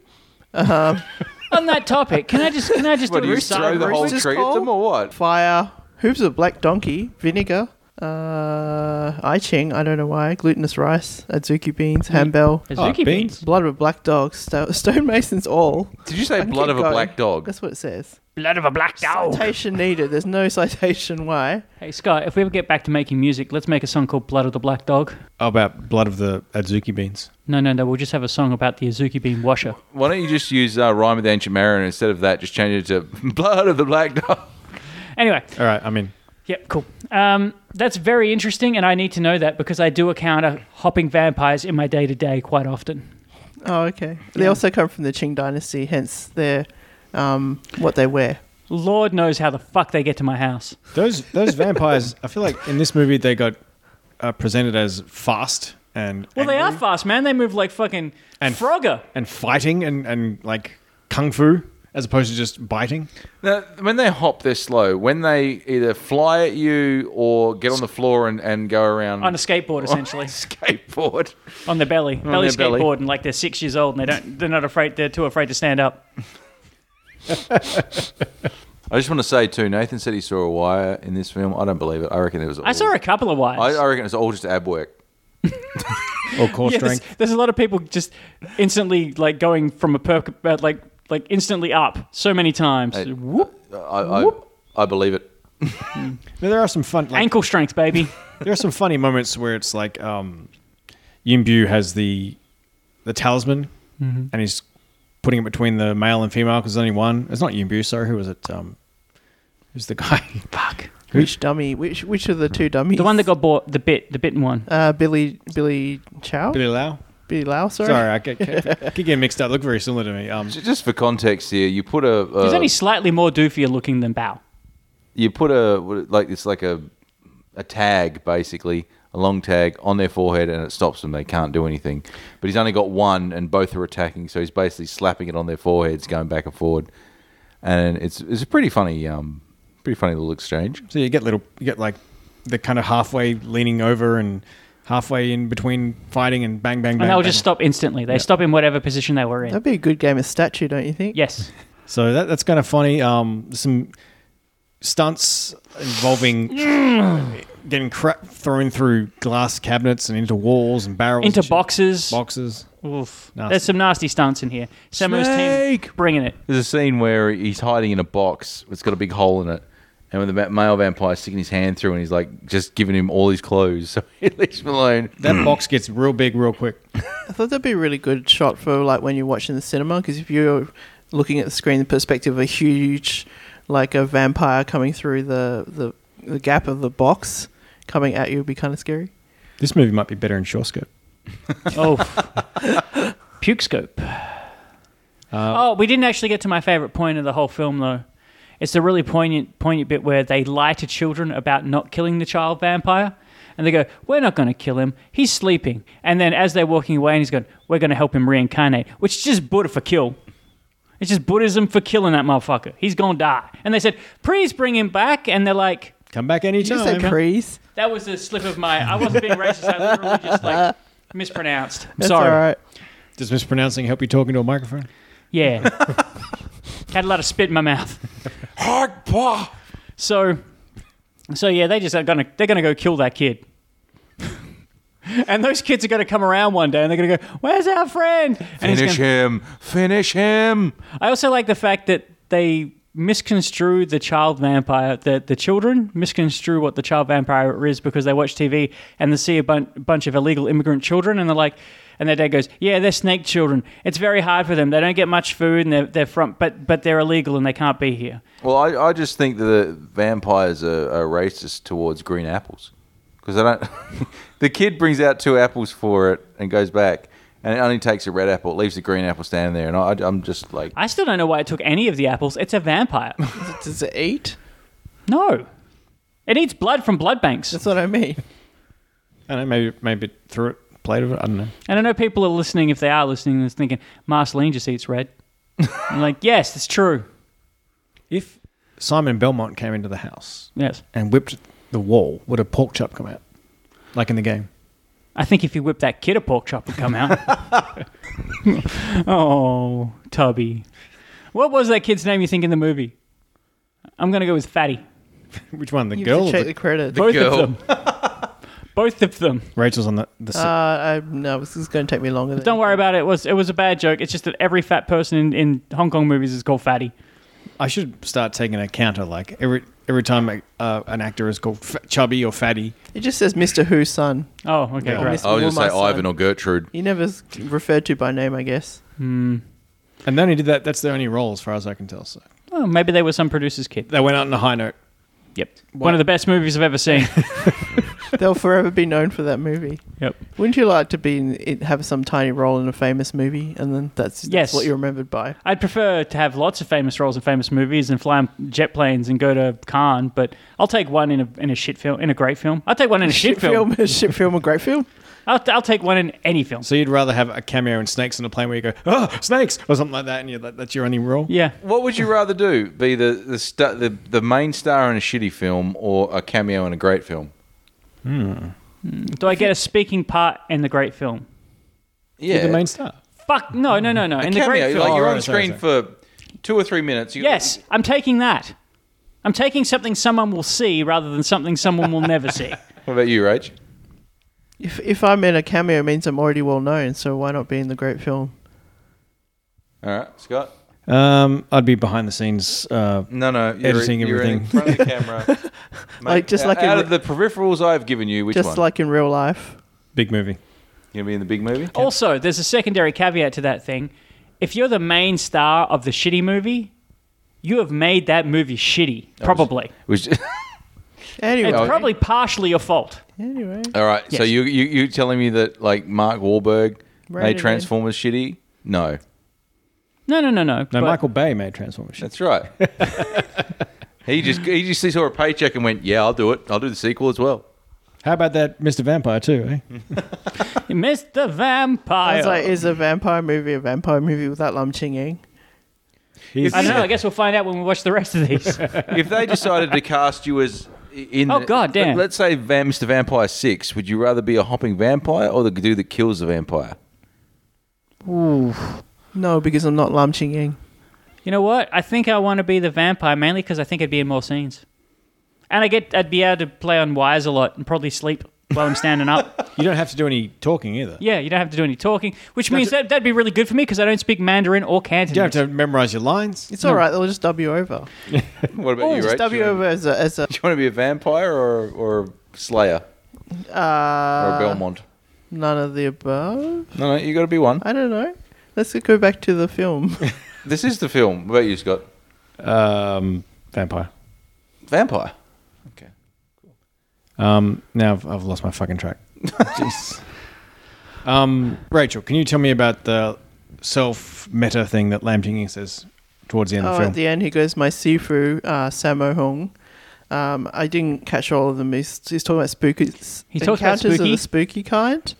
[SPEAKER 3] On that topic, can I just can I just
[SPEAKER 4] What,
[SPEAKER 3] do
[SPEAKER 4] do
[SPEAKER 3] a
[SPEAKER 4] you
[SPEAKER 3] side
[SPEAKER 4] throw the
[SPEAKER 3] route?
[SPEAKER 4] whole
[SPEAKER 6] just
[SPEAKER 4] tree at
[SPEAKER 6] called?
[SPEAKER 4] them or what?
[SPEAKER 6] fire, hooves of black donkey, vinegar, uh, I Ching, I don't know why, glutinous rice, adzuki beans, hambell,
[SPEAKER 3] Azuki
[SPEAKER 5] Oh,
[SPEAKER 3] beans.
[SPEAKER 5] beans.
[SPEAKER 6] blood of a black dog, sto- (laughs) stonemason's all.
[SPEAKER 4] Did you say
[SPEAKER 6] I can
[SPEAKER 4] blood
[SPEAKER 6] keep
[SPEAKER 4] of a
[SPEAKER 6] going.
[SPEAKER 4] black dog?
[SPEAKER 6] That's what it says.
[SPEAKER 3] Blood of a black dog.
[SPEAKER 6] Citation needed. There's no citation why.
[SPEAKER 3] Hey Scott, if we ever get back to making music, let's make a song called Blood of the Black Dog.
[SPEAKER 5] Oh, about blood of the adzuki beans.
[SPEAKER 3] No, no, no. We'll just have a song about the Azuki bean washer.
[SPEAKER 4] Why don't you just use uh, Rhyme of the Ancient Mariner instead of that? Just change it to (laughs) Blood of the Black Dog.
[SPEAKER 3] Anyway,
[SPEAKER 5] All right, I mean,
[SPEAKER 3] Yep, cool. Um, that's very interesting, and I need to know that because I do encounter hopping vampires in my day to day quite often.
[SPEAKER 6] Oh, okay. They also come from the Qing dynasty, hence their um, what they wear.
[SPEAKER 3] Lord knows how the fuck they get to my house.
[SPEAKER 5] Those those vampires, I feel like in this movie they got uh, presented as fast and
[SPEAKER 3] Well, they are
[SPEAKER 5] angry
[SPEAKER 3] fast, man. They move like fucking
[SPEAKER 5] And-
[SPEAKER 3] Frogger.
[SPEAKER 5] and fighting and and like kung fu as opposed to just biting.
[SPEAKER 4] Now, when they hop, they're slow. When they either fly at you or get on the floor and, and go around
[SPEAKER 3] On a skateboard, essentially,
[SPEAKER 4] skateboard.
[SPEAKER 3] on their belly, belly
[SPEAKER 4] their belly.
[SPEAKER 3] skateboard, and like they're six years old, and they don't—they're not afraid. They're too afraid to stand up.
[SPEAKER 4] I just want to say too, Nathan said he saw a wire in this film. I don't believe it. I reckon it was. All,
[SPEAKER 3] I saw a couple of (laughs)
[SPEAKER 4] I,
[SPEAKER 3] wives.
[SPEAKER 4] I reckon it's all just ab work.
[SPEAKER 5] Or core
[SPEAKER 3] Yeah, there's,
[SPEAKER 5] strength.
[SPEAKER 3] there's a lot of people just instantly like going from a perk, uh, like like instantly up so many times. Whoop.
[SPEAKER 4] I I, I believe it.
[SPEAKER 5] Now, there are some fun. Like,
[SPEAKER 3] Ankle strength,
[SPEAKER 4] (laughs)
[SPEAKER 3] baby.
[SPEAKER 5] there are some funny moments where it's like um, Yimbu has the the talisman
[SPEAKER 3] Mm-hmm.
[SPEAKER 5] and he's putting it between the male and female because there's only one. It's not Yimbu, sorry. Who was it? Um, who's the guy?
[SPEAKER 3] (laughs) Fuck.
[SPEAKER 6] Which dummy? Which which of the two dummies?
[SPEAKER 3] The one that got bought, the bit, the bitten one.
[SPEAKER 6] uh, Billy Billy Chow
[SPEAKER 5] Billy
[SPEAKER 6] Billy,
[SPEAKER 5] Lau.
[SPEAKER 6] Lau. Sorry.
[SPEAKER 5] Sorry, I get, get, get getting mixed up. Look very similar to me. Um,
[SPEAKER 4] J- Just for context here, you put a, a
[SPEAKER 3] He's only slightly more doofier looking than Bao.
[SPEAKER 4] you put a what- like it's like a a tag basically a long tag on their forehead and it stops them they can't do anything but he's only got one and both are attacking so he's basically slapping it on their foreheads going back and forward and it's it's a pretty funny um pretty funny little exchange
[SPEAKER 5] so you get little, you get like the kind of halfway leaning over and halfway in between fighting and bang bang bang.
[SPEAKER 3] And they'll
[SPEAKER 5] bang.
[SPEAKER 3] just stop instantly. They stop in whatever position they were in.
[SPEAKER 6] That'd be a good game of statue, don't you think?
[SPEAKER 3] Yes.
[SPEAKER 5] So that, that's kind of funny. Um, some stunts involving
[SPEAKER 6] Mm.
[SPEAKER 5] getting crap thrown through glass cabinets and into walls and barrels,
[SPEAKER 3] Into
[SPEAKER 5] and shit.
[SPEAKER 3] boxes.
[SPEAKER 5] boxes.
[SPEAKER 3] Oof.
[SPEAKER 5] Nasty.
[SPEAKER 3] There's some nasty stunts in here. Samu's team
[SPEAKER 4] Snake!
[SPEAKER 3] bringing it.
[SPEAKER 4] there's a scene where he's hiding in a box it's got a big hole in it and when the ma- male vampire's sticking his hand through and he's like just giving him all his clothes (laughs) so he leaves him alone
[SPEAKER 6] Mm.
[SPEAKER 5] That box gets real big real quick.
[SPEAKER 6] I thought that'd be a really good shot for like when you're watching the cinema because if you're looking at the screen, the perspective of a huge, like a vampire coming through the the, the gap of the box coming at you would be kind of scary.
[SPEAKER 5] This movie might be better in short skirt.
[SPEAKER 3] Oh. Puke scope. oh, we didn't actually get to my favorite point of the whole film, though. It's the really poignant, poignant bit where they lie to children about not killing the child vampire. And they go, We're not going to kill him. He's sleeping. And then as they're walking away, and he's going, We're going to help him reincarnate, which is just Buddha for kill. It's just Buddhism for killing that motherfucker. He's going to die. And they said, Please bring him back. And they're like,
[SPEAKER 5] Come back
[SPEAKER 6] Did you
[SPEAKER 3] Oh,
[SPEAKER 5] anytime.
[SPEAKER 6] say crease?
[SPEAKER 3] That was a slip of my. I wasn't being racist. I literally just
[SPEAKER 6] (laughs)
[SPEAKER 3] like mispronounced. I'm
[SPEAKER 6] That's
[SPEAKER 3] sorry.
[SPEAKER 6] all right.
[SPEAKER 5] Does mispronouncing help you talking to a microphone?
[SPEAKER 6] (laughs)
[SPEAKER 3] Yeah. Had a lot of spit in my mouth.
[SPEAKER 4] hard paw
[SPEAKER 3] So, so yeah, they just are gonna they're gonna go kill that kid. (laughs) and those kids are gonna come around one day and they're gonna go, "Where's our friend?" And he's
[SPEAKER 4] finish
[SPEAKER 3] gonna-
[SPEAKER 4] him finish him
[SPEAKER 3] I also like the fact that they misconstrue the child vampire that the children misconstrue what the child vampire is because they watch TV and they see a bun- bunch of illegal immigrant children and they're like and their dad goes yeah they're snake children it's very hard for them they don't get much food and they're, they're from but but they're illegal and they can't be here
[SPEAKER 4] Well, I, I just think that the vampires are, are racist towards green apples because they don't. (laughs) the kid brings out two apples for it and goes back, and it only takes a red apple. It leaves the green apple standing there, and I, I'm just like,
[SPEAKER 3] I still don't know why it took any of the apples it's a vampire
[SPEAKER 6] Does it eat?
[SPEAKER 3] no it eats blood from blood banks
[SPEAKER 6] That's what I mean.
[SPEAKER 5] I don't know, maybe maybe through it, played with it. I don't know.
[SPEAKER 3] And I know people are listening, if they are listening, and thinking, Marceline just eats red. I'm like, yes, it's true.
[SPEAKER 5] If Simon Belmont came into the house
[SPEAKER 3] Yes.
[SPEAKER 5] and whipped the wall, would a pork chop come out? Like in the game.
[SPEAKER 3] I think if you whip that kid, a pork chop would come out. oh, Tubby. What was that kid's name you think in the movie? I'm going to go with Fatty.
[SPEAKER 5] Which one? The
[SPEAKER 6] You have
[SPEAKER 5] girl?
[SPEAKER 6] to
[SPEAKER 5] or
[SPEAKER 6] check
[SPEAKER 5] the-
[SPEAKER 6] the credit.
[SPEAKER 3] Both
[SPEAKER 4] girl.
[SPEAKER 3] of them. Both of them.
[SPEAKER 5] Rachel's on the, the
[SPEAKER 6] Uh, I, no, this is going to take me longer. Than
[SPEAKER 3] Don't worry about it. It was, it was a bad joke. It's just that every fat person in, in Hong Kong movies is called Fatty.
[SPEAKER 5] I should start taking a counter. Like every every time uh, an actor is called f- chubby or fatty,
[SPEAKER 6] It just says Mr. Who's son.
[SPEAKER 3] Oh, okay,
[SPEAKER 5] Yeah.
[SPEAKER 3] great.
[SPEAKER 6] Miss- I was gonna say Wilma Ivan son.
[SPEAKER 4] or Gertrude.
[SPEAKER 6] You never s- referred to by name, I guess.
[SPEAKER 5] and they only did that. That's their only role, as far as I can tell. So
[SPEAKER 3] Oh, maybe they were some producer's kid.
[SPEAKER 5] they went out on a high note.
[SPEAKER 3] Yep. One of the best movies I've ever seen.
[SPEAKER 6] They'll forever be known for that movie.
[SPEAKER 3] yep.
[SPEAKER 6] Wouldn't you like to be in, it- have some tiny role in a famous movie, and then that's, that's
[SPEAKER 3] Yes.
[SPEAKER 6] what you're remembered by?
[SPEAKER 3] I'd prefer to have lots of famous roles in famous movies and fly on jet planes and go to Cannes, but I'll take one in a, in a shit film, in a great film. I'll take one in a
[SPEAKER 6] (laughs)
[SPEAKER 3] shit, film.
[SPEAKER 6] film, shit film, a great film.
[SPEAKER 3] I'll, I'll take one in any film.
[SPEAKER 5] So you'd rather have a cameo in Snakes on a plane where you go, oh, snakes, or something like that, and you that, that's your only role.
[SPEAKER 3] Yeah.
[SPEAKER 4] What would you rather do? Be the the, sta the the main star in a shitty film or a cameo in a great film?
[SPEAKER 3] Do I get a speaking part in the great film?
[SPEAKER 4] Yeah,
[SPEAKER 5] You're the main star.
[SPEAKER 3] Fuck, no, no, no, no.
[SPEAKER 4] A
[SPEAKER 3] In the
[SPEAKER 4] cameo,
[SPEAKER 3] great film. Oh,
[SPEAKER 4] like you're
[SPEAKER 5] Oh,
[SPEAKER 4] on
[SPEAKER 5] right, sorry,
[SPEAKER 4] screen for two or three minutes. You,
[SPEAKER 3] Yes, I'm taking that. I'm taking something someone will see rather than something someone will never see.
[SPEAKER 4] What about you, Rach?
[SPEAKER 6] If if I'm in a cameo, it means I'm already well known. So why not be in the great film?
[SPEAKER 4] All right, Scott.
[SPEAKER 5] Um, I'd be behind the scenes. Uh,
[SPEAKER 4] No, no, you're,
[SPEAKER 5] Editing
[SPEAKER 4] you're in
[SPEAKER 5] everything.
[SPEAKER 4] front
[SPEAKER 5] (laughs)
[SPEAKER 4] of the camera. Mate, uh,
[SPEAKER 6] Like, just like a
[SPEAKER 4] out
[SPEAKER 6] re-
[SPEAKER 4] of the peripherals I've given you, which
[SPEAKER 6] just
[SPEAKER 4] one?
[SPEAKER 6] like in real life.
[SPEAKER 5] big movie.
[SPEAKER 4] you gonna be in the big movie?
[SPEAKER 3] Also, there's a secondary caveat to that thing. If you're the main star of the shitty movie, you have made that movie shitty, probably.
[SPEAKER 4] Which, (laughs)
[SPEAKER 6] Anyway,
[SPEAKER 3] It's probably partially your fault.
[SPEAKER 6] anyway,
[SPEAKER 4] all right. So
[SPEAKER 3] Yes.
[SPEAKER 4] you you you telling me that like Mark Wahlberg
[SPEAKER 6] Rated
[SPEAKER 4] made
[SPEAKER 6] M.
[SPEAKER 4] Transformers shitty? No,
[SPEAKER 3] No, no, no, no.
[SPEAKER 5] No,
[SPEAKER 3] but-
[SPEAKER 5] Michael Bay made Transformers.
[SPEAKER 4] that's right. (laughs) he just he just saw a paycheck and went, yeah, I'll do it. I'll do the sequel as well.
[SPEAKER 5] How about that Mr. Vampire too?
[SPEAKER 3] Mm-hmm.
[SPEAKER 5] Eh?
[SPEAKER 3] Mr. Vampire.
[SPEAKER 6] I was like, is a vampire movie a vampire movie without Lum Chinging?
[SPEAKER 5] He's-
[SPEAKER 3] I don't know. I guess we'll find out when we watch the rest of
[SPEAKER 5] (laughs)
[SPEAKER 3] these.
[SPEAKER 4] if they decided to cast you as in
[SPEAKER 3] Oh,
[SPEAKER 4] the-
[SPEAKER 3] God damn.
[SPEAKER 4] Let's say Van, Mr. Vampire Six. Would you rather be a hopping vampire or the dude that kills the vampire?
[SPEAKER 6] No, because I'm not Lum Chinging.
[SPEAKER 3] you know what? I think I want to be the vampire mainly because I think I'd be in more scenes, and I get I'd be able to play on wires a lot and probably sleep while I'm standing
[SPEAKER 5] (laughs)
[SPEAKER 3] up.
[SPEAKER 5] you don't have to do any talking either.
[SPEAKER 3] yeah, you don't have to do any talking, which means that that'd be really good for me because I don't speak Mandarin or Cantonese.
[SPEAKER 5] You don't have to memorize your lines.
[SPEAKER 6] It's all right. They'll just dub you over.
[SPEAKER 4] What about you,
[SPEAKER 6] Oh, just
[SPEAKER 4] Rach?
[SPEAKER 6] dub you
[SPEAKER 4] Do you
[SPEAKER 6] over as a, as
[SPEAKER 4] (laughs)
[SPEAKER 6] a
[SPEAKER 4] Do you want to be a vampire or or a Slayer
[SPEAKER 6] uh,
[SPEAKER 4] or a Belmont?
[SPEAKER 6] none of the above.
[SPEAKER 4] No, no, you got to be one.
[SPEAKER 6] I don't know. Let's go back to the film.
[SPEAKER 4] This is the film. What about you, Scott?
[SPEAKER 5] Um, vampire.
[SPEAKER 4] Vampire.
[SPEAKER 5] Um, now I've, I've lost my fucking track. Jeez. (laughs) Um, Rachel, can you tell me about the self-meta thing that Lam Ching says towards the end of
[SPEAKER 6] (laughs) oh,
[SPEAKER 5] the film?
[SPEAKER 6] at the end, he goes, "My sifu, uh, Sammo Hung." Um, I didn't catch all of them. He's, he's talking about spooky.
[SPEAKER 3] He talks about
[SPEAKER 6] encounters
[SPEAKER 3] spooky.
[SPEAKER 6] of the
[SPEAKER 3] (laughs)
[SPEAKER 6] spooky kind.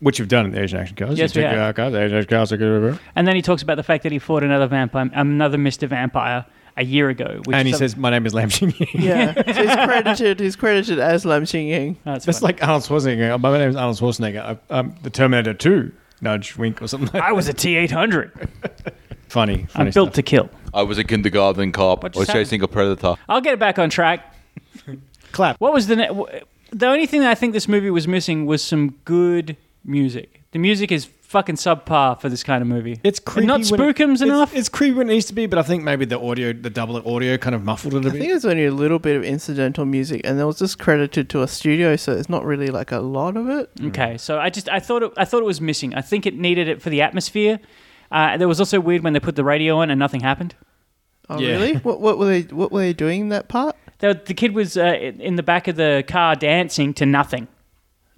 [SPEAKER 5] Which you've done in the Asian Action Cars.
[SPEAKER 3] Yes, we
[SPEAKER 5] You took
[SPEAKER 3] have.
[SPEAKER 5] your archives, Asian Action Cars, and
[SPEAKER 3] And then he talks about the fact that he fought another vampire, another Mister Vampire, a year ago. Which
[SPEAKER 5] he
[SPEAKER 3] is-
[SPEAKER 5] says, "My name is Lam Ching."
[SPEAKER 6] (laughs) Yeah, so he's credited. He's credited as Lam Ching Ying.
[SPEAKER 3] Oh, that's
[SPEAKER 5] That's
[SPEAKER 3] funny.
[SPEAKER 5] like Arnold Schwarzenegger. My name is Arnold Schwarzenegger. I, I'm the Terminator 2. Nudge, wink, or something. Like that.
[SPEAKER 3] I was a T eight
[SPEAKER 5] (laughs)
[SPEAKER 3] hundred.
[SPEAKER 5] Funny.
[SPEAKER 3] I'm
[SPEAKER 5] funny
[SPEAKER 3] built
[SPEAKER 5] stuff.
[SPEAKER 3] to kill.
[SPEAKER 4] I was a kindergarten cop. I
[SPEAKER 3] What
[SPEAKER 4] was
[SPEAKER 3] just happened?
[SPEAKER 4] chasing a predator.
[SPEAKER 3] I'll get it back on track.
[SPEAKER 5] (laughs) clap.
[SPEAKER 3] What was the ne- w- the only thing that I think this movie was missing was some good music. The music is fucking subpar for this kind of movie.
[SPEAKER 5] It's creepy.
[SPEAKER 3] And not
[SPEAKER 5] when it-
[SPEAKER 3] spookums
[SPEAKER 5] it's-
[SPEAKER 3] enough.
[SPEAKER 5] It's, creepy when it needs to be, but I think maybe the audio, the double audio, kind of muffled it a
[SPEAKER 6] I think
[SPEAKER 5] bit.
[SPEAKER 6] there's only a little bit of incidental music, and it was just credited to a studio, so it's not really like a lot of it.
[SPEAKER 3] okay, so I just I thought it, I thought it was missing. I think it needed it for the atmosphere. Uh, there was also weird when they put the radio on and nothing happened.
[SPEAKER 6] Oh,
[SPEAKER 5] Yeah.
[SPEAKER 6] really? What what were they what were they doing in that part?
[SPEAKER 3] The, the kid was uh, in in the back of the car dancing to nothing.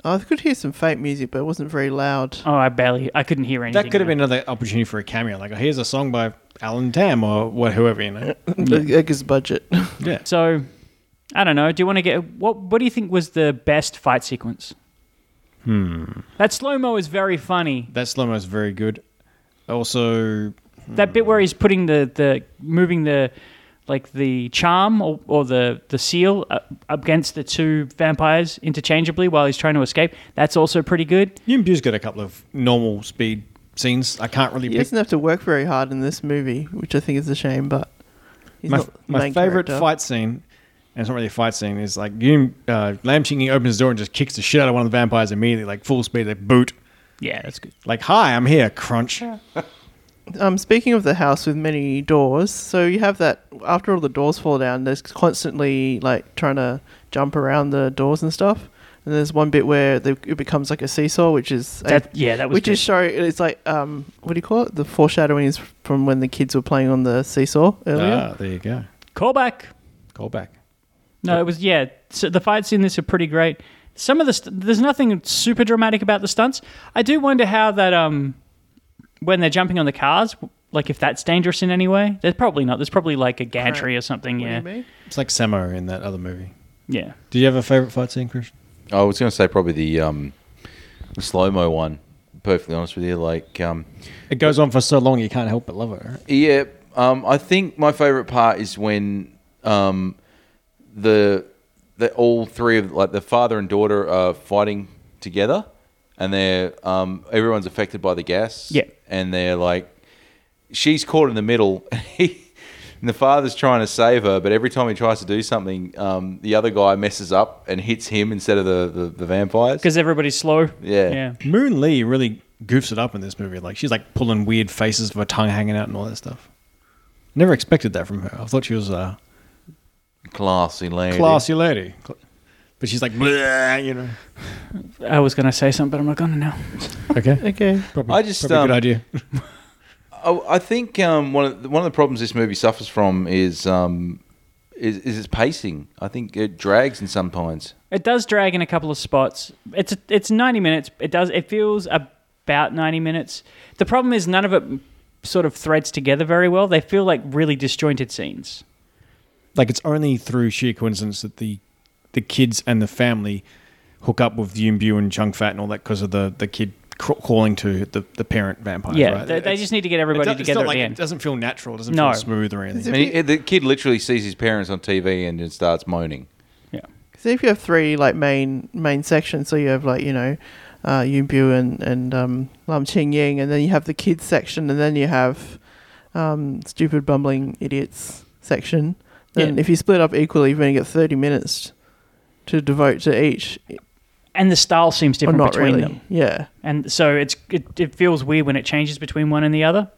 [SPEAKER 6] I could hear some faint music, but it wasn't very loud.
[SPEAKER 3] Oh, I barely I couldn't hear anything.
[SPEAKER 5] That could have been another opportunity for a cameo. Like, here's a song by Alan Tam or what, whoever, you
[SPEAKER 6] (laughs)
[SPEAKER 5] know.
[SPEAKER 3] Oh,
[SPEAKER 6] Like
[SPEAKER 3] (laughs)
[SPEAKER 6] his budget.
[SPEAKER 5] Yeah.
[SPEAKER 3] So I don't know. Do you want to get what? What do you think was the best fight sequence? Hmm. That slow mo is very funny.
[SPEAKER 5] That slow mo is very good. Also,
[SPEAKER 3] that bit where he's putting the, the moving the like the charm or, or the the seal up against the two vampires interchangeably while he's trying to escape. That's also pretty good.
[SPEAKER 5] Yim Bu's got a couple of normal speed scenes. I can't really
[SPEAKER 6] He
[SPEAKER 5] pick.
[SPEAKER 6] doesn't have to work very hard in this movie, which I think is a shame. But he's
[SPEAKER 5] my,
[SPEAKER 6] not the
[SPEAKER 5] my
[SPEAKER 6] main
[SPEAKER 5] favorite
[SPEAKER 6] character.
[SPEAKER 5] fight scene, and it's not really a fight scene, is like Yim, uh, Lam Chingy opens his door and just kicks the shit out of one of the vampires immediately, like full speed, they boot.
[SPEAKER 3] Yeah, that's good.
[SPEAKER 5] Like, hi, I'm here, crunch.
[SPEAKER 6] Um, speaking of the house with many doors, so you have that after all the doors fall down, there's constantly like trying to jump around the doors and stuff. And there's one bit where the, it becomes like a seesaw, which is a-
[SPEAKER 3] That- yeah, that was
[SPEAKER 6] which
[SPEAKER 3] good.
[SPEAKER 6] is show. It's like um, what do you call it? The foreshadowing is from when the kids were playing on the seesaw earlier.
[SPEAKER 5] Ah, there you go.
[SPEAKER 3] Callback.
[SPEAKER 5] Call back.
[SPEAKER 3] No, it was yeah. So the fights in this are pretty great. Some of the st- there's nothing super dramatic about the stunts. I do wonder how that um when they're jumping on the cars, like if that's dangerous in any way. There's probably not. There's probably like a gantry or something.
[SPEAKER 6] What
[SPEAKER 3] Ah,
[SPEAKER 6] do
[SPEAKER 3] yeah,
[SPEAKER 6] you mean?
[SPEAKER 5] It's like Samo in that other movie.
[SPEAKER 3] yeah.
[SPEAKER 5] Do you have a favorite fight scene, Christian?
[SPEAKER 4] I was going to say probably the um, the slow mo one. Perfectly honest with you, like um,
[SPEAKER 5] It goes on for so long, you can't help but love it. Right?
[SPEAKER 4] Yeah, um, I think my favorite part is when um, the the all three of like the father and daughter are fighting together, and they're um, everyone's affected by the gas.
[SPEAKER 3] Yeah.
[SPEAKER 4] and they're like, she's caught in the middle. (laughs) and he- And the father's trying to save her, but every time he tries to do something, um, the other guy messes up and hits him instead of the, the, the vampires.
[SPEAKER 3] Because everybody's slow.
[SPEAKER 4] Yeah.
[SPEAKER 3] Yeah.
[SPEAKER 5] Moon Lee really goofs it up in this movie. Like she's like pulling weird faces with her tongue hanging out and all that stuff. Never expected that from her. I thought she was a
[SPEAKER 4] Classy lady.
[SPEAKER 5] classy lady. Cl- But she's like, "Bleh," you know.
[SPEAKER 3] I was going to say something, but I'm not going to now. (laughs)
[SPEAKER 5] Okay.
[SPEAKER 6] Okay.
[SPEAKER 5] Probably,
[SPEAKER 4] I just,
[SPEAKER 5] probably
[SPEAKER 4] um,
[SPEAKER 5] a good idea.
[SPEAKER 4] Oh, I think um, one of the, one of the problems this movie suffers from is um, is, is its pacing. I think it drags in some points.
[SPEAKER 3] It does drag in a couple of spots. It's it's 90 minutes. It does. It feels about 90 minutes. The problem is none of it sort of threads together very well. They feel like really disjointed scenes.
[SPEAKER 5] Like it's only through sheer coincidence that the the kids and the family hook up with Yum Bu and Chung Fat and all that because of the the kid cr- calling to the, the parent vampire.
[SPEAKER 3] yeah,
[SPEAKER 5] right?
[SPEAKER 3] they, they
[SPEAKER 5] It's-
[SPEAKER 3] just need to get
[SPEAKER 5] it
[SPEAKER 3] everybody
[SPEAKER 5] do- it's
[SPEAKER 3] together
[SPEAKER 5] not
[SPEAKER 3] at
[SPEAKER 5] like
[SPEAKER 3] the
[SPEAKER 5] it
[SPEAKER 3] end.
[SPEAKER 5] doesn't feel natural. It doesn't
[SPEAKER 3] No.
[SPEAKER 5] feel smooth or anything.
[SPEAKER 4] I mean, he- the kid literally sees his parents on TV and just starts moaning.
[SPEAKER 3] Yeah.
[SPEAKER 6] So if you have three like main main sections, so you have like you know, uh, Yun Bu and and um, Lam Ching Ying, and then you have the kids section, and then you have um, stupid bumbling idiots section. Then
[SPEAKER 3] Yeah.
[SPEAKER 6] if you split up equally, you've only got thirty minutes to devote to each,
[SPEAKER 3] And the style seems
[SPEAKER 6] or
[SPEAKER 3] different
[SPEAKER 6] Oh, not
[SPEAKER 3] between
[SPEAKER 6] really.
[SPEAKER 3] them. (laughs)
[SPEAKER 6] Yeah,
[SPEAKER 3] and so it's it, it feels weird when it changes between one and the other.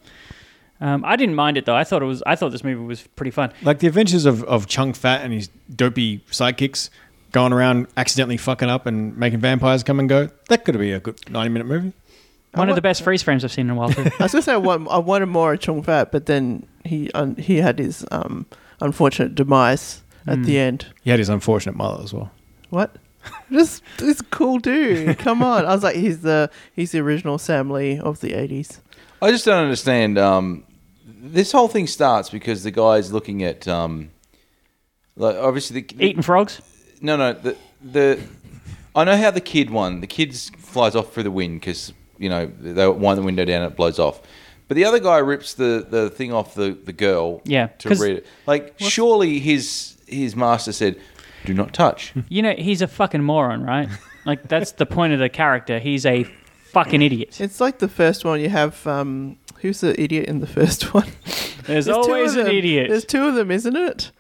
[SPEAKER 3] Um, I didn't mind it though. I thought it was. I thought this movie was pretty fun.
[SPEAKER 5] Like the adventures of, of Chung Fat and his dopey sidekicks going around accidentally fucking up and making vampires come and go. That could be a good 90 minute movie.
[SPEAKER 3] One
[SPEAKER 6] I
[SPEAKER 3] of the
[SPEAKER 6] want-
[SPEAKER 3] best freeze frames I've seen in a while.
[SPEAKER 6] (laughs)
[SPEAKER 3] Too.
[SPEAKER 6] I was gonna say I, want, I wanted more of Chung Fat, but then he un, he had his um, unfortunate demise at the
[SPEAKER 3] Mm.
[SPEAKER 6] end.
[SPEAKER 5] He had his unfortunate mother as well.
[SPEAKER 6] What? (laughs) Just this cool dude. Come on. I was like, he's the he's the original Sam Lee of the eighties.
[SPEAKER 4] I just don't understand. Um, this whole thing starts because the guy's looking at, um, like obviously the
[SPEAKER 3] Eating frogs.
[SPEAKER 4] No, no. The the I know how the kid won. The kid flies off through the wind because you know they wind the window down and it blows off. But the other guy rips the, the thing off the, the girl.
[SPEAKER 3] Yeah,
[SPEAKER 4] To
[SPEAKER 3] 'cause-
[SPEAKER 4] read it, like surely his his master said, "Do
[SPEAKER 3] (laughs)
[SPEAKER 4] not touch."
[SPEAKER 3] You know he's a fucking moron, right? Like that's the point of the character. He's a fucking idiot.
[SPEAKER 6] It's like the first one you have um who's the idiot in the first (laughs) one?
[SPEAKER 3] There's,
[SPEAKER 6] two of
[SPEAKER 3] always an
[SPEAKER 6] them.
[SPEAKER 3] idiot.
[SPEAKER 6] There's two of them, isn't it?